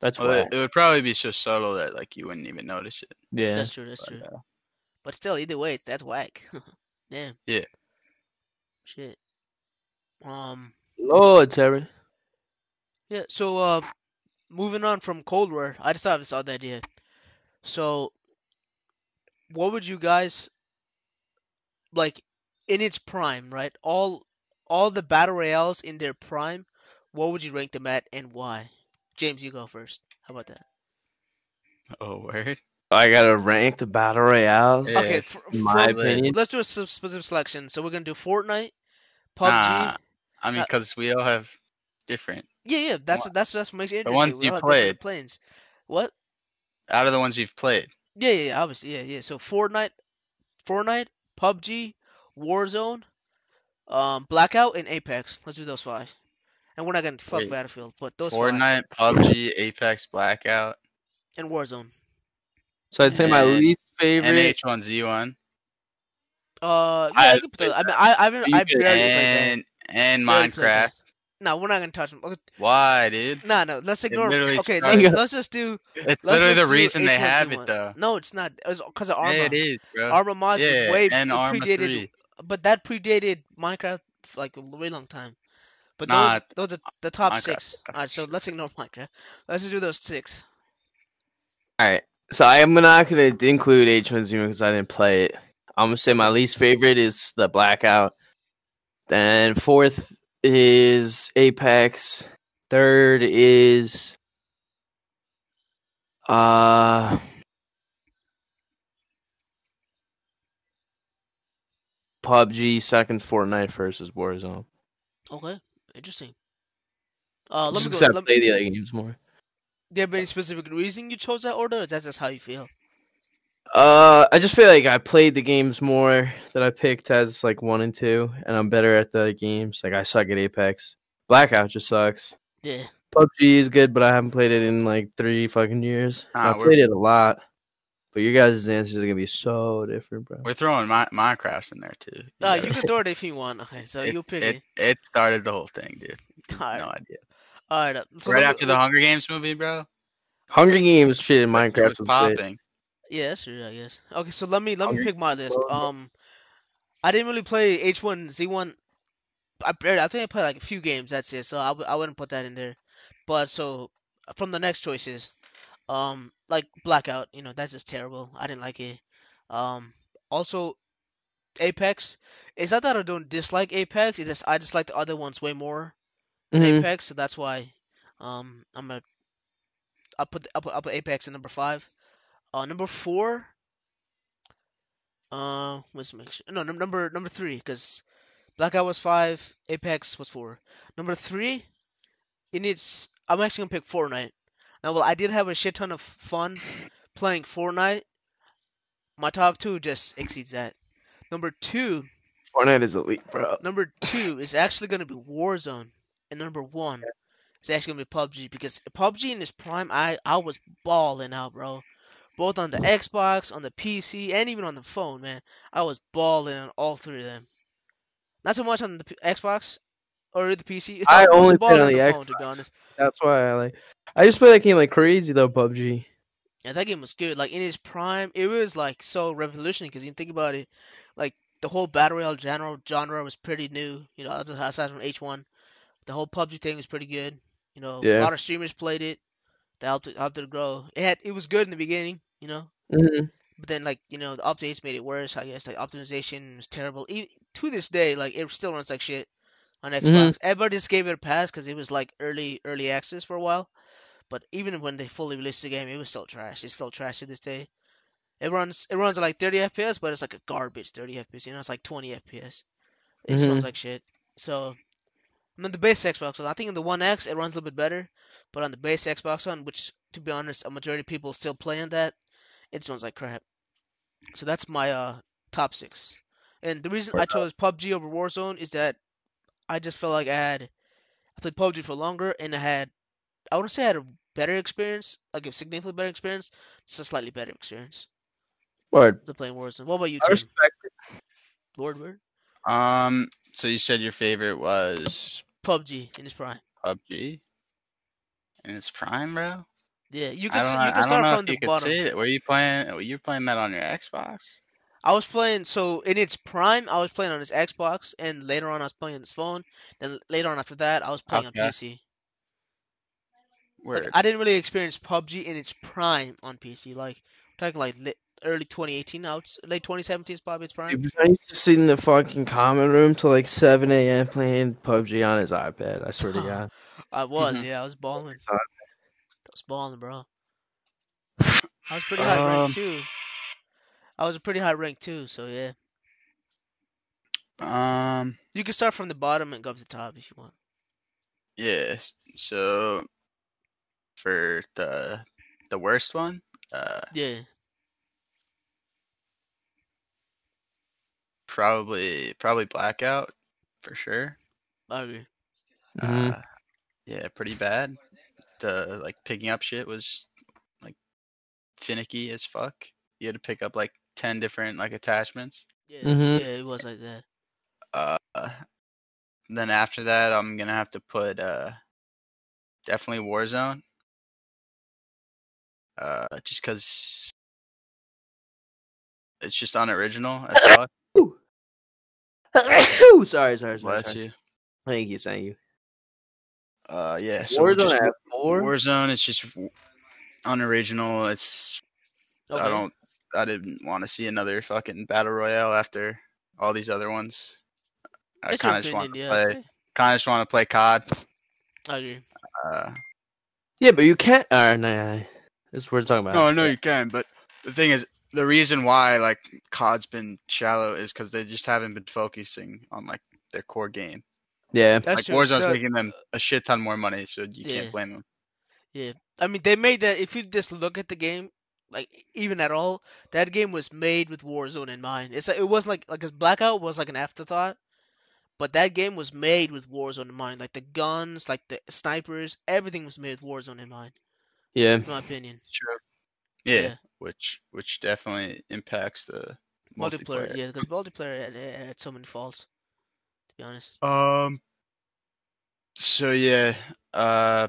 That's
Well, it,
whack.
it would probably be so subtle that like you wouldn't even notice it.
Yeah.
That's true. That's
But,
true.
uh,
But still, either way, it's- that's whack. Damn.
Yeah.
Shit. Um.
Lord, Terry.
Yeah. So, uh, moving on from Cold War, I just thought of this other idea. So, what would you guys like in its prime, right? All all the battle royales in their prime, what would you rank them at and why? James, you go first. How about that?
oh word.
I gotta rank the battle royales.
Yeah,
okay,
it's
fr-
In my
from
lit.
opinion,
let's do a sub- specific selection. So we're gonna do Fortnite, PUBG.
Nah, I mean
uh,
because we all have different.
yeah, yeah, that's that's that's what makes it
ones
interesting. We
you
all have different
played.
planes. What?
Out of the ones you've played.
Yeah, yeah, yeah, obviously, yeah, yeah. So Fortnite, Fortnite, PUBG, Warzone, um, Blackout, and Apex. Let's do those five. And we're not gonna fuck
Wait,
Battlefield, but those five
Fortnite, PUBG, Apex, Blackout,
and Warzone.
so I'd say my
and
least favorite.
NH1Z1,
Uh,
I
yeah, you
haven't
could put
played
those. I mean, I, I haven't, I barely
Stupid.
played
and and
that. Barely played
Minecraft.
that. No, we're not gonna touch them. Okay,
Why, dude?
no, no, let's
It
ignore.
literally
Okay, let's
started.
started-
let's just do. Let's
It's literally
just
the
do
reason they have it,
H1Z1.
though.
No, it's not. It's because of
Yeah,
Arma.
it is, bro.
Arma mods was
Yeah,
way
and
it
Arma
predated,
3.
but that predated Minecraft like a way long time. But
Nah,
those those are the top
Minecraft.
six. All right, so let's ignore Minecraft. Let's just do those six.
All right. So I am not gonna include H1Z1 because I didn't play it. I'm gonna say my least favorite is the Blackout. Then fourth is Apex. Third is uh PUBG. Second, Fortnite. First is Warzone.
Okay, interesting. Uh, let
Just
me
because
go.
I
Let
play the other games more.
do you have any specific reason you chose that order, or is that just how you feel?
Uh, I just feel like I played the games more that I picked as like one and two, and I'm better at the games. Like I suck at Apex. Blackout just sucks.
Yeah.
PUBG is good, but I haven't played it in like three fucking years.
Ah,
I
we're-
played it a lot, but your guys' answers are gonna be so different, bro.
We're throwing Mi- Minecraft in there too.
Uh, you can throw it if you want. Okay, so
It-
you pick
it,
it.
it started the whole thing, dude.
All
No
right.
idea.
All right. uh, So
right
let me-
after the Hunger Games movie, bro.
Hunger Games shit in
that shit
Minecraft
was
was great.
popping.
Yeah, that's true, I guess. Okay, so let me let me
Okay.
pick my list.
Well-
Um, I didn't really play H1Z1. I barely, I think I played like a few games. That's it. So I, w- I wouldn't put that in there. But so from the next choices, um, like Blackout, you know, that's just terrible. I didn't like it. Um, also Apex. It's not that I don't dislike Apex. It is I just like the other ones way more. than
Mhm.
Apex, so that's why. Um, I'm gonna. I put I put, I put Apex at number five. Uh, number four. Uh, let's make sure. No, num- number number three, because Blackout was five, Apex was four. Number three, in its, I'm actually gonna pick Fortnite. Now, well, I did have a shit ton of fun playing Fortnite. My top two just exceeds that. Number two,
Fortnite is elite, bro.
number two is actually gonna be Warzone, and number one is actually gonna be PUBG because PUBG in its prime, I I was balling out, bro. Both on the Xbox, on the PC, and even on the phone, man. I was balling on all three of them. Not so much on the P- Xbox or the PC.
I
was
only played
balling
on the
phone, to be
Xbox.
honest.
That's why I like. I just play that game like crazy though. PUBG.
Yeah, that game was good. Like in its prime, it was like so revolutionary because you think about it, like the whole battle royale genre genre was pretty new. You know, other- aside from H one, the whole PUBG thing was pretty good. You know, a
Yeah.
lot of streamers played it. That helped it helped it grow. It had it was good in the beginning. You know,
Mm-hmm.
Mhm.
but then like you know the updates made it worse. I guess like optimization was terrible. Even, to this day, like it still runs like shit on Xbox. Everybody just gave it a pass because it was like early early access for a while. But even when they fully released the game, it was still trash. It's still trash to this day. It runs it runs at like 30 FPS, but it's like a garbage 30 FPS. You know, it's like 20 FPS. It just runs
Mhm.
like shit. So, I mean, the base Xbox One, I think in the One X it runs a little bit better, but on the base Xbox One, which to be honest, a majority of people still playing that, it runs like crap. So that's my uh top six. And the reason I chose PUBG over Warzone is that I just felt like I had I played PUBG for longer and I had I wouldn't say I had a better experience, like a significantly better experience, just a slightly better experience
Word.
than playing Warzone. What about you,
I
Tim?
respect
Word word.
Um, so you said your favorite was
PUBG in its prime.
PUBG, and it's Prime, bro.
Yeah, you
I
can
don't
s-
know.
you
I
can
don't
start
know
from
if
the
you could
bottom.
see it. Were you playing? Were you playing that on your Xbox?
I was playing so in its prime, I was playing on his Xbox, and later on I was playing on his phone. Then later on after that, I was playing
Okay.
on PC. Like
Word.
I didn't really experience PUBG in its prime on PC. Like we're talking like lit, early 2018, now it's late 2017 is probably its prime.
Dude, I used to sit in the fucking common room till like 7 a.m. playing PUBG on his iPad. I swear to God.
I was,
Mhm.
yeah, I was balling.
It's not-
I was balling, bro. I was pretty high
Um,
ranked too. I was a pretty high ranked too, so yeah.
Um.
You can start from the bottom and go up to the top if you want.
Yeah. s- So for the the worst one, uh,
Yeah.
probably probably Blackout for sure.
I agree.
Mhm.
Uh, yeah, pretty bad. The like picking up shit was like finicky as fuck. You had to pick up like ten different like attachments.
Yeah, that's-
Mhm.
yeah, it was like that.
Uh, then after that, I'm gonna have to put uh definitely Warzone. Uh, just cause it's just unoriginal as fuck.
Ooh, sorry, sorry, sorry.
Bless
sorry.
you.
Thank you, thank you.
Uh, yeah. So we'll
Warzone
just-
at 4?
Warzone is just w- unoriginal. It's I don't. I didn't want to see another fucking battle royale after all these other ones. I
That's your
kind of just want
opinion, yeah.
to play.
that's it.
Kind of just want to play COD.
I agree.
Uh,
Yeah, but you can't. Alright, nah, nah, that's what we're talking about.
no, Oh, I know you can, but the thing is, the reason why like COD's been shallow is because they just haven't been focusing on like their core game.
Yeah,
That's
like
true.
Warzone's
That-
making them a shit ton more money, so you
Yeah.
can't blame them.
I mean, they made that. If you just look at the game, like even at all, that game was made with Warzone in mind. It's like, it was like like 'cause Blackout was like an afterthought, but that game was made with Warzone in mind. Like the guns, like the snipers, everything was made with Warzone in mind.
yeah.
In my opinion,
Sure. Yeah,
Yeah.
which which definitely impacts the
multiplayer,
multiplayer.
yeah, because multiplayer had, had so many faults. To be honest,
Um. So yeah. Uh.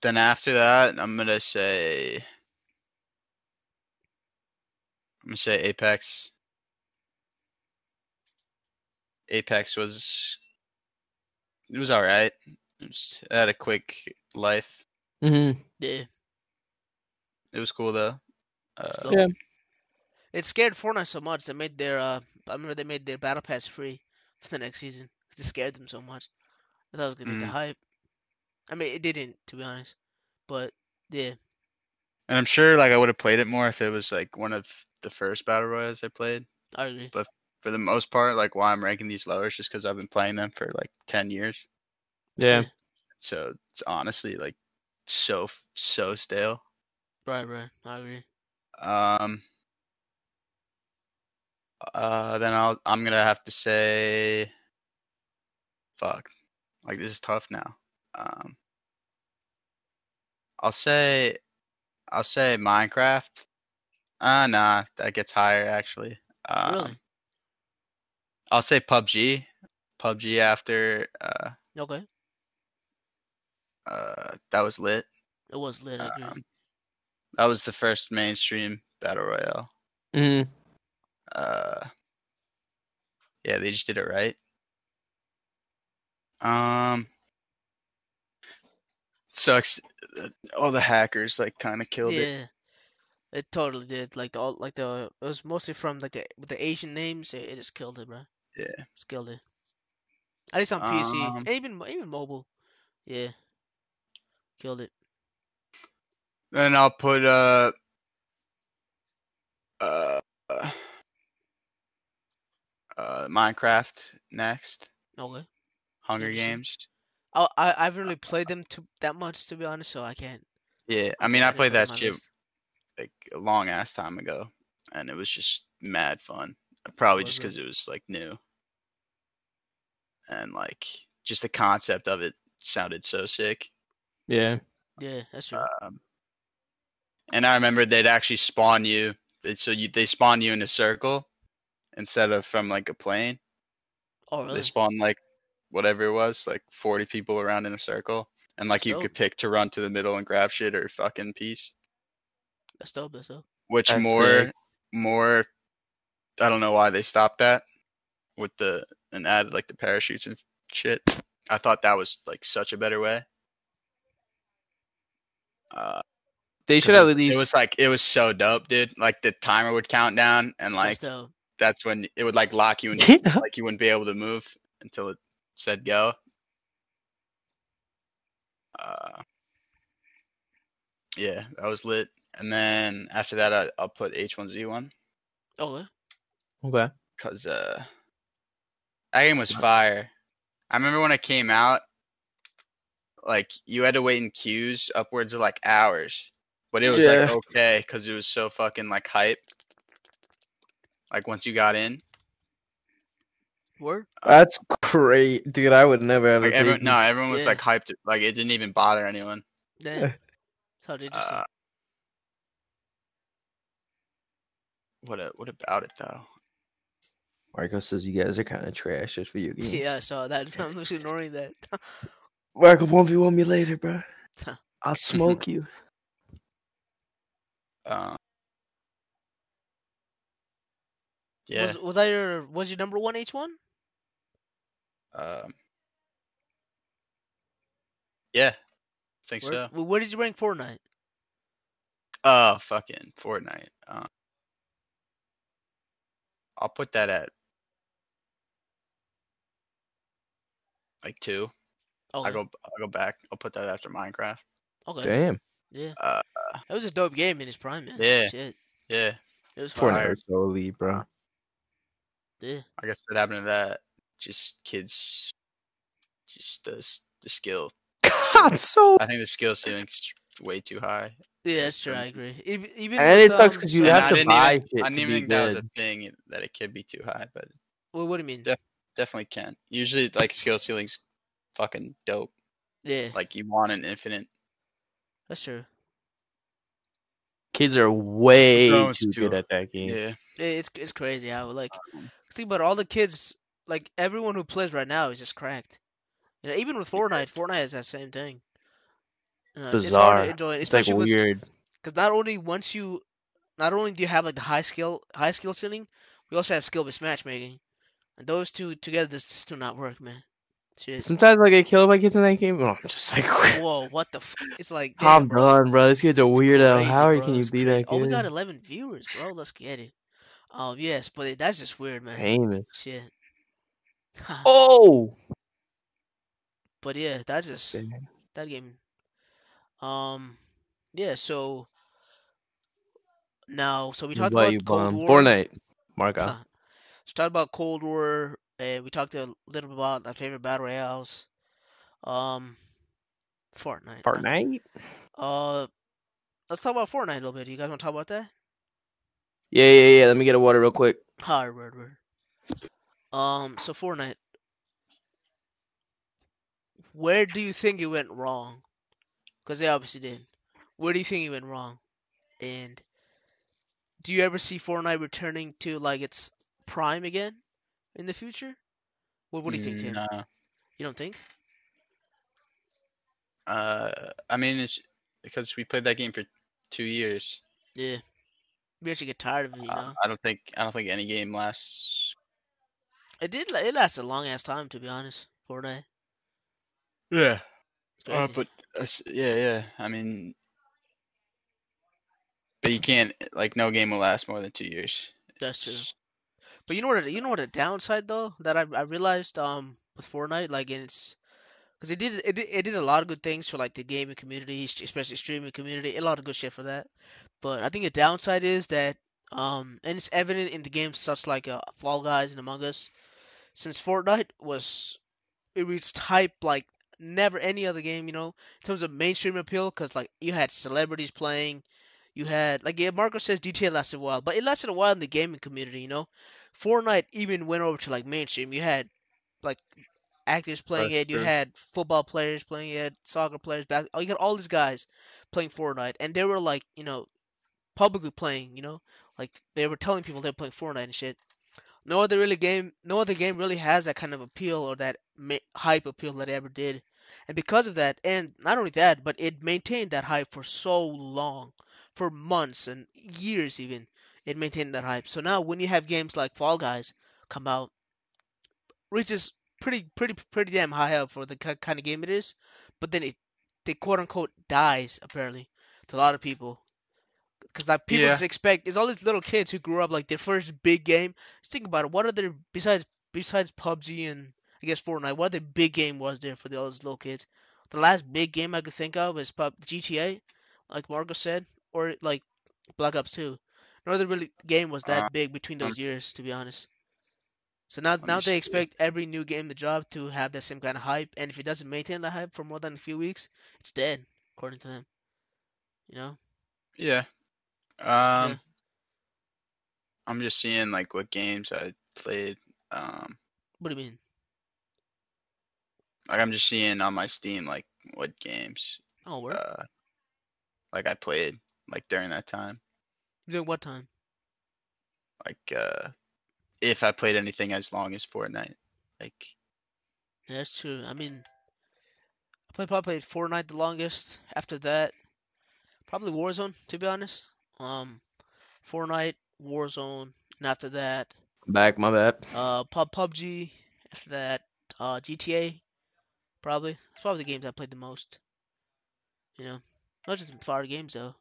Then after that, I'm gonna say. I'm gonna say Apex. Apex was. It was all right. It was- it had a quick life.
hmm
yeah,
It was cool though. Uh,
so
Yeah.
it scared Fortnite so much. They made their uh, I remember they made their battle pass free for the next season. 'cause It scared them so much. I thought it was gonna get
Mm.
the hype. I mean, it didn't, to be honest. But yeah,
and I'm sure like I would have played it more if it was like one of the first battle royals I played.
I agree.
for the most part, like why I'm ranking these lower is just because I've been playing them for like ten years.
Yeah.
So it's honestly like so so stale.
Right, right. I agree.
Um. Uh, then I'll I'm gonna have to say, fuck, like this is tough now. Um. I'll say, I'll say Minecraft. Uh nah, that gets higher actually. Um,
Really?
I'll say PUBG. PUBG after uh
Okay.
uh, that was lit.
It was lit. I agree.
Um, that was the first mainstream battle royale.
hmm
Uh, yeah, they just did it right. Um, sucks. that All the hackers like kind of killed
yeah.
it.
It. totally did. Like the all, like the it was mostly from like the with the Asian names. It, it just killed it, bro.
Yeah.
It's killed it. At least on PC,
Um,
and even even mobile. Yeah. Killed it.
Then I'll put uh, uh, uh, Minecraft next.
Okay.
Hunger
Interesting.
Games.
I Oh, I I've really played them too that much to be honest, so I can't.
Yeah, I mean I
didn't put
played
it on
that
my
shit
list.
like a long ass time ago, and it was just mad fun. Probably just
Was
because it was like new, and like just the concept of it sounded so sick.
Yeah.
Yeah, that's true.
Um, and I remember they'd actually spawn you, they'd- so you they spawn you in a circle instead of from like a plane.
oh really?
They spawn like whatever it was, like forty people around in a circle, and like
That's
you
dope.
could pick to run to the middle and grab shit or fucking piece.
That's dope. That's dope.
which
That's
more
sick.
more I don't know why they stopped that with the and added like the parachutes and shit. I thought that was like such a better way. Uh,
They
'cause
should have
it-
at least.
It was like it was so dope, dude. Like the timer would count down, and like
That's dope.
that's when it would like lock you, and
Yeah.
like you wouldn't be able to move until it said go. Uh, yeah, that was lit. And then after that, I, I'll put H1Z1.
Okay.
okay.
Cause uh, that game was fire. I remember when it came out, like you had to wait in queues upwards of like hours, but it was like
Yeah.
okay because it was so fucking like hype. Like once you got in,
Word.
That's great, dude. I would never have.
like everyone, no, everyone was
Yeah.
like hyped. Like it didn't even bother anyone.
Damn. Sounds interesting.
Uh, what a, what about it though?
Marco says you guys are kind of trash at video games.
Yeah, I saw that. I'm just ignoring that.
Marco one v one me later, bro. I'll smoke you.
Uh, yeah.
Was was that your was your number one H one?
um, yeah. think so.
Where did you rank Fortnite?
Oh, fucking Fortnite. Um, I'll put that at like two.
Okay.
I'll go I'll go back. I'll put that after Minecraft.
okay.
Damn.
Yeah.
Uh,
That was a dope game in its prime, man.
Yeah.
Shit.
yeah.
It was fun.
Fortnite was so elite, bro.
Yeah.
I guess what happened to that? Just kids just the s- the skill.
God, so.
I think the skill ceiling's way too high.
Yeah, that's true. I agree. Even, even
And
with,
it sucks
um,
because you
And
have
I
to
didn't
buy
even,
shit
I
to
didn't
be
even think that was
good.
a thing that it could be too high, but it
Well, what do you mean?
Yeah. definitely can. Usually like skill ceiling's fucking dope.
Yeah,
Like you want an infinite
that's true.
Kids are way
No, it's
too
too-
good at that game.
Yeah.
Yeah, It's it's crazy how like see, but all the kids, like everyone who plays right now, is just cracked. You know, even with Fortnite, Fortnite is that same thing. You know, It's hard
Bizarre.
to enjoy,
It's like
especially with
weird.
because not only once you, not only do you have like the high skill, high skill ceiling, we also have skill based matchmaking, and those two together just, just do not work, man. Shit.
Sometimes I get killed by kids in that game, and I'm just like,
Whoa, what the? F- it's like damn,
I'm
bro.
done, bro. This kid's a
It's
weirdo.
crazy,
How
bro.
can you
It's
be
crazy.
that
Oh, we got
kid?
11 viewers, bro. Let's get it. Um, yes, but that's just weird, man.
Famous.
Shit.
Oh.
but yeah, that's just that game. Um, yeah. So now, so we talked
What
about
you
Cold
bum?
War.
Fortnite. Mark uh. out.
So talked about Cold War. Uh, we talked a little bit about our favorite battle royales. Um, Fortnite. huh?
Fortnite.
Uh, let's talk about Fortnite a little bit. You guys want to talk about that?
Yeah, yeah, yeah. Let me get a water real quick.
Hard word, word. Um, so Fortnite. Where do you think it went wrong? Because they obviously did. Where do you think it went wrong? And do you ever see Fortnite returning to like its prime again in the future? What, what do you think, Tim?
No.
You don't think?
Uh, I mean, it's because we played that game for two years.
Yeah. We actually get tired of it, you
Uh,
know.
I don't think I don't think any game lasts.
It did. la- It lasted a long ass time, to be honest. Fortnite.
Yeah. uh,
It's crazy.
but yeah, yeah. I mean, but you can't like no game will last more than two years.
That's true. But you know what? You know what? A downside though that I I realized um with Fortnite, like in its because it did it did, it did a lot of good things for like the gaming community, st- especially streaming community, a lot of good shit for that. But I think the downside is that um and it's evident in the games such like uh, Fall Guys and Among Us, since Fortnite was it reached hype like never any other game, you know, in terms of mainstream appeal, because like you had celebrities playing, you had like yeah, Marco says GTA lasted a while, but it lasted a while in the gaming community, you know. Fortnite even went over to like mainstream. You had like actors playing
That's
it, you
true.
had football players playing it, soccer players, back. You got all these guys playing Fortnite, and they were like you know publicly playing, you know, like they were telling people they were playing Fortnite and shit no other really game no other game really has that kind of appeal or that ma- hype appeal that it ever did and because of that and not only that but it maintained that hype for so long for months and years even it maintained that hype so now when you have games like fall guys come out reaches pretty pretty pretty damn high up for the ki kind of game it is but then it they quote unquote dies apparently to a lot of people because like people
Yeah.
just expect it's all these little kids who grew up like their first big game. Just think about it. What other besides besides PUBG and I guess Fortnite, what other big game was there for the, all these little kids? The last big game I could think of is Pub GTA, like Marco said, or like Black Ops Two. No other really game was that
Uh,
big between those years, to be honest. So now
me
now they
see.
expect every new game to drop to have that same kind of hype, and if it doesn't maintain the hype for more than a few weeks, it's dead, according to them. You know?
Yeah. Um,
Yeah.
I'm just seeing like what games I played. Um,
What do you mean?
like I'm just seeing on my Steam like what games
Oh, word.
uh like I played like during that time.
During what time?
Like uh, if I played anything as long as Fortnite, like
Yeah, That's true. I mean, I played probably played Fortnite the longest. After that, probably Warzone, to be honest. Um, Fortnite, Warzone, and after that,
Back, my bad.
uh, Pub PUBG. After that, uh, GTA. Probably that's probably the games I played the most. You know, not just some fire games though.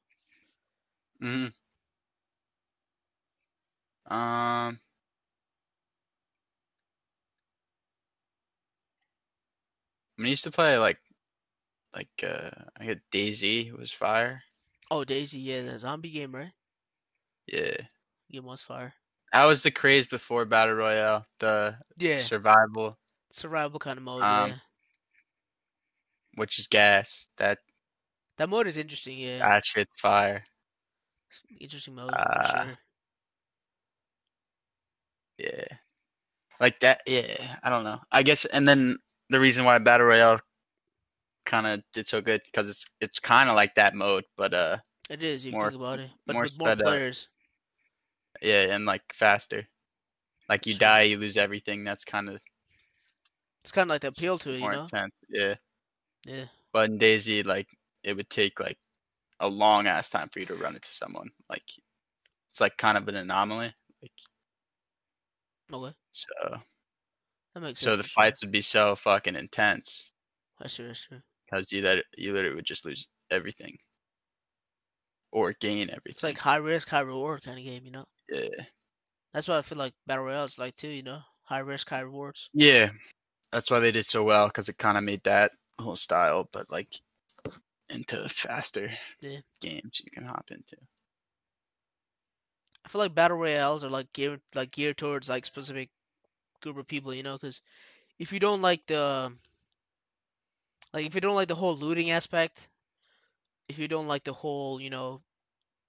Mm. Um, I mean, I used to play like like uh I got Daisy was fire.
Oh, Daisy, yeah, the zombie game, right?
Yeah.
Game was fire.
That was the craze before Battle Royale, the
Yeah,
survival,
survival kind of mode.
Um,
yeah,
which is gas. That
that mode is interesting. Yeah,
that shit's fire.
It's an interesting mode. for
uh,
sure.
Yeah. Like that yeah, I don't know. I guess and then the reason why Battle Royale kind of did so good cuz it's it's kind of like that mode, but uh
It is. If you
more-
think about it, but
more
with more
sped up.
players.
yeah, and like faster. Like you
Sure.
die, you lose everything. That's kind of
It's kind of like the appeal to it, you
more
know?
intense. Yeah.
Yeah.
But in Daisy, like it would take like a long ass time for you to run into someone. Like it's like kind of an anomaly. Like
Okay.
so,
That makes sense.
so the
for sure.
fights would be so fucking intense
That's true. That's true.
because you that you literally would just lose everything or gain everything.
It's like high risk, high reward kind of game, you know?
yeah,
That's what I feel like Battle Royale is like too, you know? High risk, high rewards.
yeah. That's why they did so well because it kind of made that whole style, but like into faster
Yeah.
games you can hop into.
I feel like Battle Royales are like geared like geared towards like specific group of people, you know? Because if you don't like the like if you don't like the whole looting aspect, if you don't like the whole, you know,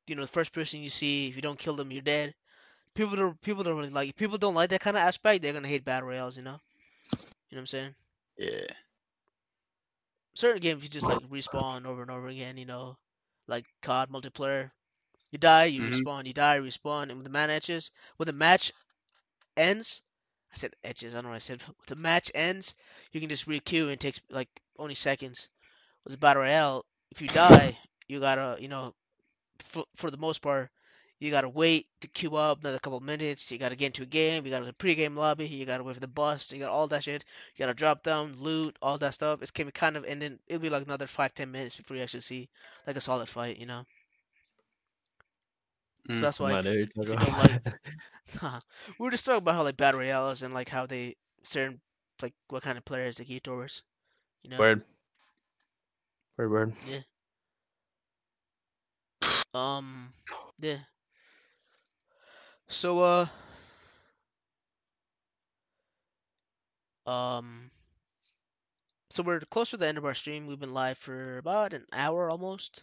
you know, the first person you see, if you don't kill them, you're dead. People don't people don't really like if people don't like that kind of aspect, they're gonna hate Battle Royales, you know? You know what I'm saying?
Yeah,
certain games you just like respawn over and over again, you know, like COD multiplayer. You die, you
Mhm.
respawn, you die, respawn, and with the match etches, when the match ends, I said etches, I don't know what I said. When the match ends, you can just re-queue and it takes like only seconds. With battle royale, if you die, you gotta, you know, for, for the most part, you gotta wait to queue up another couple minutes. You gotta get into a game. You gotta the pre-game lobby. You gotta wait for the bus. You got all that shit. You gotta drop down, loot, all that stuff. It's can be kind of, and then it'll be like another five, ten minutes before you actually see like a solid fight. You know, so
Mm,
that's
I'm
why
not
if,
here to
if you
talk
don't
about
like,
that.
we were just talking about how like battle royales and like how they certain like what kind of players they geared towards. You know,
Word. Word, word.
um, yeah. So uh, um. So we're close to the end of our stream. We've been live for about an hour almost.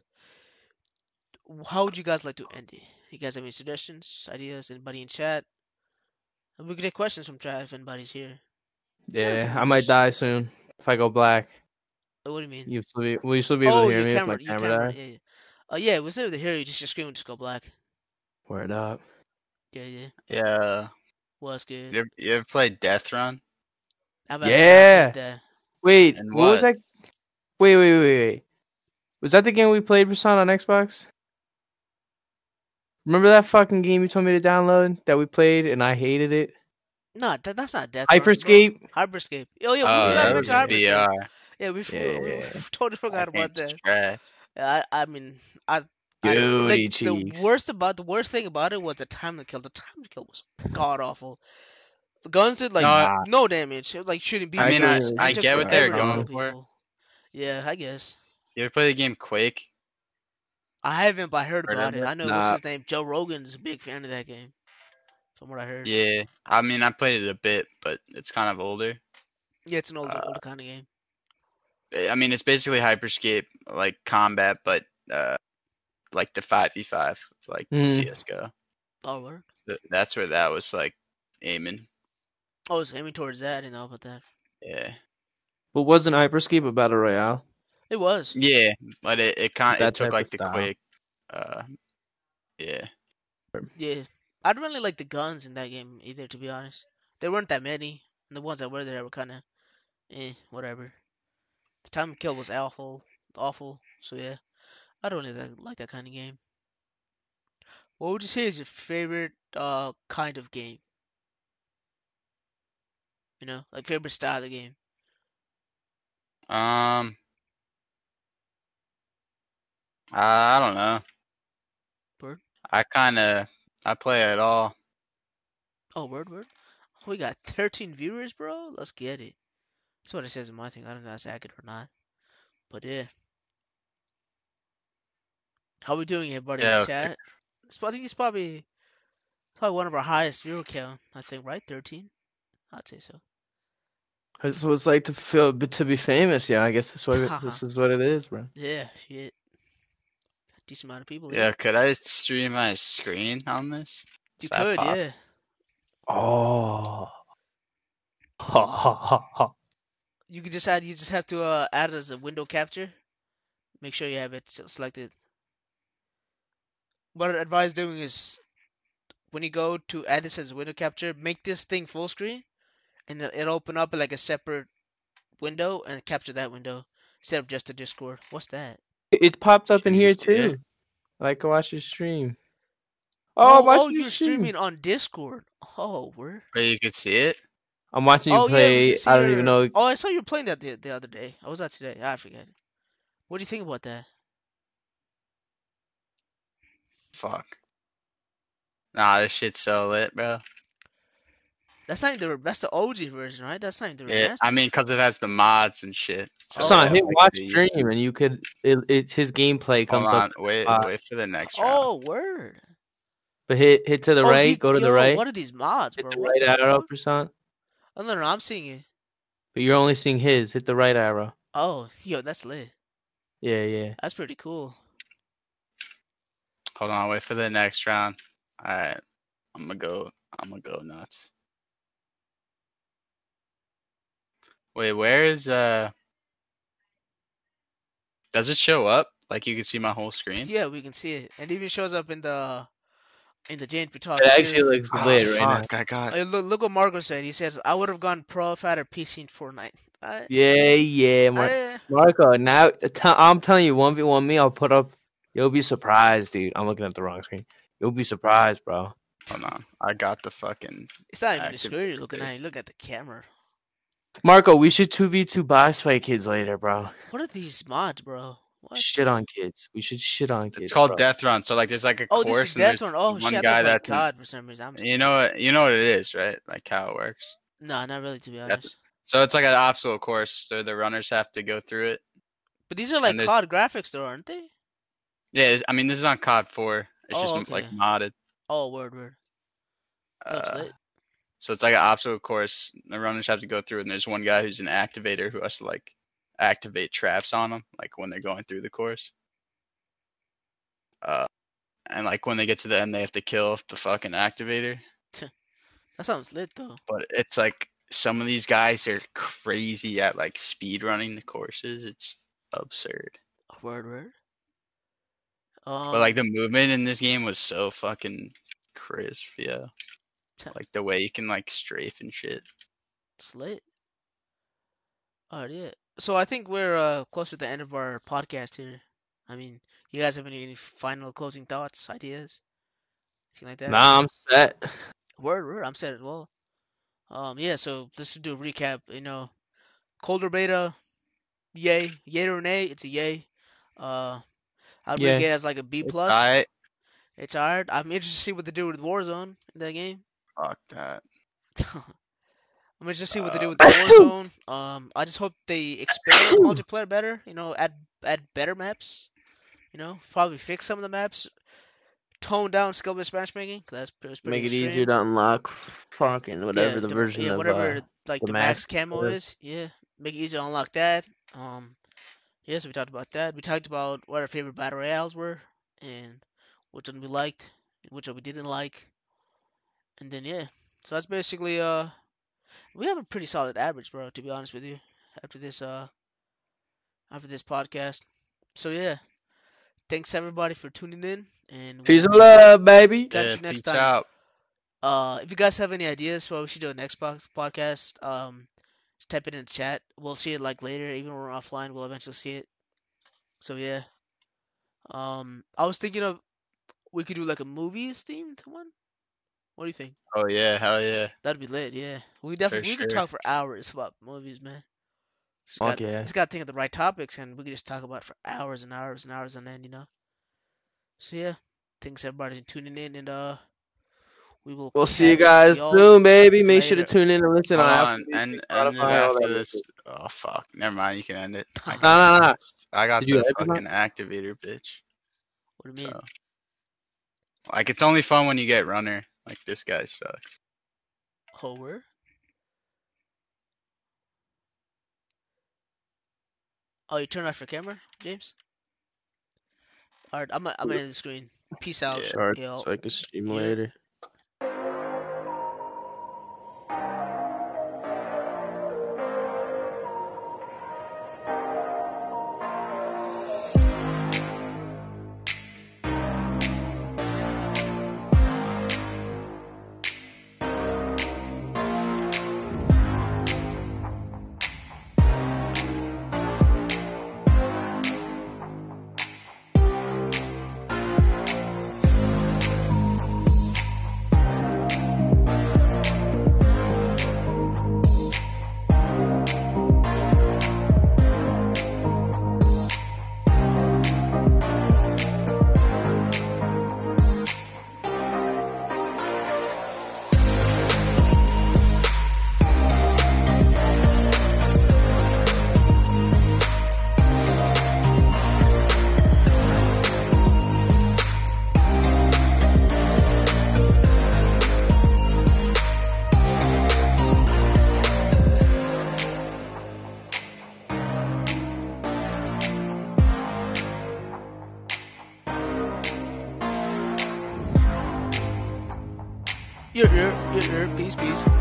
How would you guys like to end it? You guys have any suggestions, ideas? Anybody in chat? And we can take questions from chat if anybody's here.
Yeah,
sure,
I might
sure.
die soon. If I go black,
Oh, What do you mean?
you still be, will you still be able
oh,
to
your
hear me if my
camera, your
camera
camera.
dies?
Yeah, yeah. Uh, yeah, we'll still able to hear you. Just your screen will just go black.
Word up.
Yeah, yeah.
yeah.
Well, that's good.
You ever, you ever play Death Run?
I've actually not played that.
Wait,
And
what was
what?
that? Wait, wait, wait, wait. Was that the game we played Rasan on Xbox? Remember that fucking game you told me to download that we played and I hated it?
No, that, that's not Death Run, bro.
Hyperscape.
Hyperscape. Oh, yeah, we
Oh,
forgot
that
about
was
the
a
Hyperscape.
VR.
Yeah, we, for- we, we, we
Yeah.
totally forgot
That
about that.
game's trash.
I I mean I, I
Goody
like the
cheeks.
worst about the worst thing about it was the time to kill. The time to kill was god awful. The guns did like
No, I-
Nah.
no damage. It was like shooting people.
I mean, I,
couldn't really
I
It
shoot
took
get
them.
what they
forever
were
to kill
going
Um,
for.
people. Yeah, I guess.
You ever play the game Quake?
I haven't, but I heard
Heard
about
of
it.
it?
I know what's
Nah.
his name. Joe Rogan's a big fan of that game, from what I heard. Yeah,
Yeah. I mean, I played it a bit, but it's kind of older.
it's an older,
Uh,
older kind of game.
I mean, it's basically Hyperscape, like combat, but uh, like the 5v5, like
Mm.
CSGO.
Oh, word.
So that's where that was like aiming.
I was aiming towards that. I didn't know about that.
Yeah.
But wasn't Hyperscape a battle royale?
It was.
Yeah. But it, it kind of
That
it took
type of
like the
style.
Quake. Uh, yeah.
Yeah, I don't really like the guns in that game either. To be honest, there weren't that many, and the ones that were there were kind of eh, whatever. The time to kill was awful, awful. So yeah, I don't really like, like that kind of game. What would you say is your favorite uh kind of game? You know, like favorite style of game.
Um, I don't know.
Word.
I kind of I play it all.
Oh, word, word. We got 13 viewers, bro. Let's get it. That's what it says in my thing. I don't know if that's accurate or not. But yeah. How we doing, everybody in
Yeah,
the
okay.
chat? It's, I think it's probably it's probably one of our highest viewer count. I think right, thirteen. I'd say so.
That's what it's like to feel to be famous. Yeah, I guess that's what it, this is what it is, bro.
Yeah, shit. Decent amount of people. here.
Yeah, could I stream my screen on this?
you
Is that
could.
possible?
Yeah,
Oh. Ha ha ha ha.
you could just add. You just have to uh, add it as a window capture. Make sure you have it s- selected. What I'd advise doing is, when you go to add this as a window capture, make this thing full screen, and then it'll open up like a separate window and capture that window instead of just the Discord. What's that?
It popped up in here
Jeez, yeah.
too. I can watch your stream. Oh, I'm watching your
you're
stream.
streaming on Discord. Oh, word.
Where you could see it?
I'm watching you
oh,
play.
yeah, we can see
I don't
your-
even know.
Oh, I saw you playing that the, the other day. I was that today. I forget. What do you think about that?
Fuck. Nah, this shit's so lit, bro.
That's not the that's the OG version, right? That's not the
Yeah,
remastered.
I mean, cause it has the mods and shit.
Oh,
So
Son,
yeah,
hit
like
watch
the-
stream, and you could. It, it's his gameplay
Hold
comes up,
on, wait,
uh,
wait for the next round.
oh, word.
but hit hit to the
oh,
right,
these-
go to the
yo,
right,
What are these mods,
hit
bro?
the
What
right
the
arrow
fuck?
for son.
Oh, no, no, I'm seeing it.
But you're only seeing his. Hit the right arrow.
Oh, yo, that's lit.
Yeah, yeah.
That's pretty cool.
Hold on, wait for the next round. All right, I'm gonna go. I'm gonna go nuts. Wait, where is uh? Does it show up? Like you can see my whole screen?
Yeah, we can see it, and it even shows up in the in the Jane Pitot.
It actually looks
Ah,
Oh,
lit right now.
fuck! I got.
look, look what Marco said. He says I would have gone pro if I had a PC in Fortnite. I,
Yeah, yeah. Mar-
I-
Marco, now t- I'm telling you, one v one me. I'll put up. You'll be surprised, dude. I'm looking at the wrong screen. You'll be surprised, bro.
Hold on, I got the fucking.
it's not even the
Active
screen you're looking
Campaign.
at. You look at the camera.
Marco, we should two v two boss fight kids later, bro.
What are these mods, bro? What?
Shit on kids. We should shit on kids.
It's called
bro.
Death Run. So like, there's like a
Oh, this
course
is
and there's
Death Run. Oh
one
shit, I thought
guy
played
that's in-
God for some reason. I'm
you know what you know what it is, right? Like how it works.
No, not really, to be
That's-
honest.
So it's like an obstacle course, so the runners have to go through it.
But these are like
there's-
COD graphics, though, aren't they?
Yeah, it's- I mean this is on COD 4. It's
Oh,
just m- like
okay.
modded.
Oh, word, word. Looks
Uh,
lit.
so it's like an obstacle course. The runners have to go through, and there's one guy who's an activator who has to like activate traps on them, like when they're going through the course. Uh, and like when they get to the end, they have to kill the fucking activator.
That sounds lit, though.
But it's like some of these guys are crazy at like speed running the courses. It's absurd.
Oh, Word, word.
But like
Um,
the movement in this game was so fucking crisp, yeah.
Tell-
Like the way you can like strafe and shit.
it's lit. All right, yeah. So I think we're uh, close to the end of our podcast here. I mean, you guys have any, any final closing thoughts, ideas, anything like that?
Nah, I'm set.
Word, word. I'm set as well. Um, yeah. So let's do a recap. You know, colder beta, yay, yay or nay? It's a yay. Uh, I'd
Yay.
rate it as like a B plus.
I
It's alright. I'm interested to see what they do with Warzone in that game.
fuck that.
I'm interested to see what they do
Uh,
with the Warzone. Um, I just hope they expand multiplayer better. You know, add add better maps. You know, probably fix some of the maps. Tone down skill-based matchmaking. 'cause That's pre- that's pretty
Make it
extreme.
easier to unlock fucking whatever
yeah,
the
the-
version
yeah,
of
whatever
uh,
like
the
the max
max
camo
whatever.
is. Yeah, make it easier to unlock that. Um, yeah, so we talked about that. We talked about what our favorite battle royales were and which one we liked, which one we didn't like. And then yeah, so that's basically uh, we have a pretty solid average, bro. To be honest with you, after this uh, after this podcast. So yeah, thanks everybody for tuning in, and
Peace and
we'll-
love, baby.
Catch
Yeah,
you next
peace
time.
out.
Uh, if you guys have any ideas for what we should do in next box podcast, um, just type it in the chat. We'll see it like later, even when we're offline, we'll eventually see it. So yeah. Um, I was thinking of we could do like a movies themed one. What do you think?
Oh yeah, hell yeah.
That'd be lit, yeah. We definitely we could
sure.
talk for hours about movies, man. Just
Fuck
got,
yeah.
just got to think of the right topics, and we could just talk about for hours and hours and hours on end, you know. So yeah, thanks everybody for tuning in, and uh, We will.
We'll see you
catch
guys
y'all.
soon, baby. Make sure to
later.
tune in and listen
Hold
on
on,
Apple Music,
and, and
Spotify, all
after
that
this.
music.
Oh fuck! Never mind. You can end it. I
What
No, no, no.
I got
Did you
the
edit
fucking activator, bitch.
do you mean?
So, like, it's only fun when you get runner. Like this guy sucks.
Hoer? Oh, you turn off your camera, James? Alright, I'm I'm
Yeah.
in the screen. Peace out.
Yeah.
Sorry,
Y'all.
so I can stream
Yeah.
later.
Yer, yer, yer, yer, peace, peace.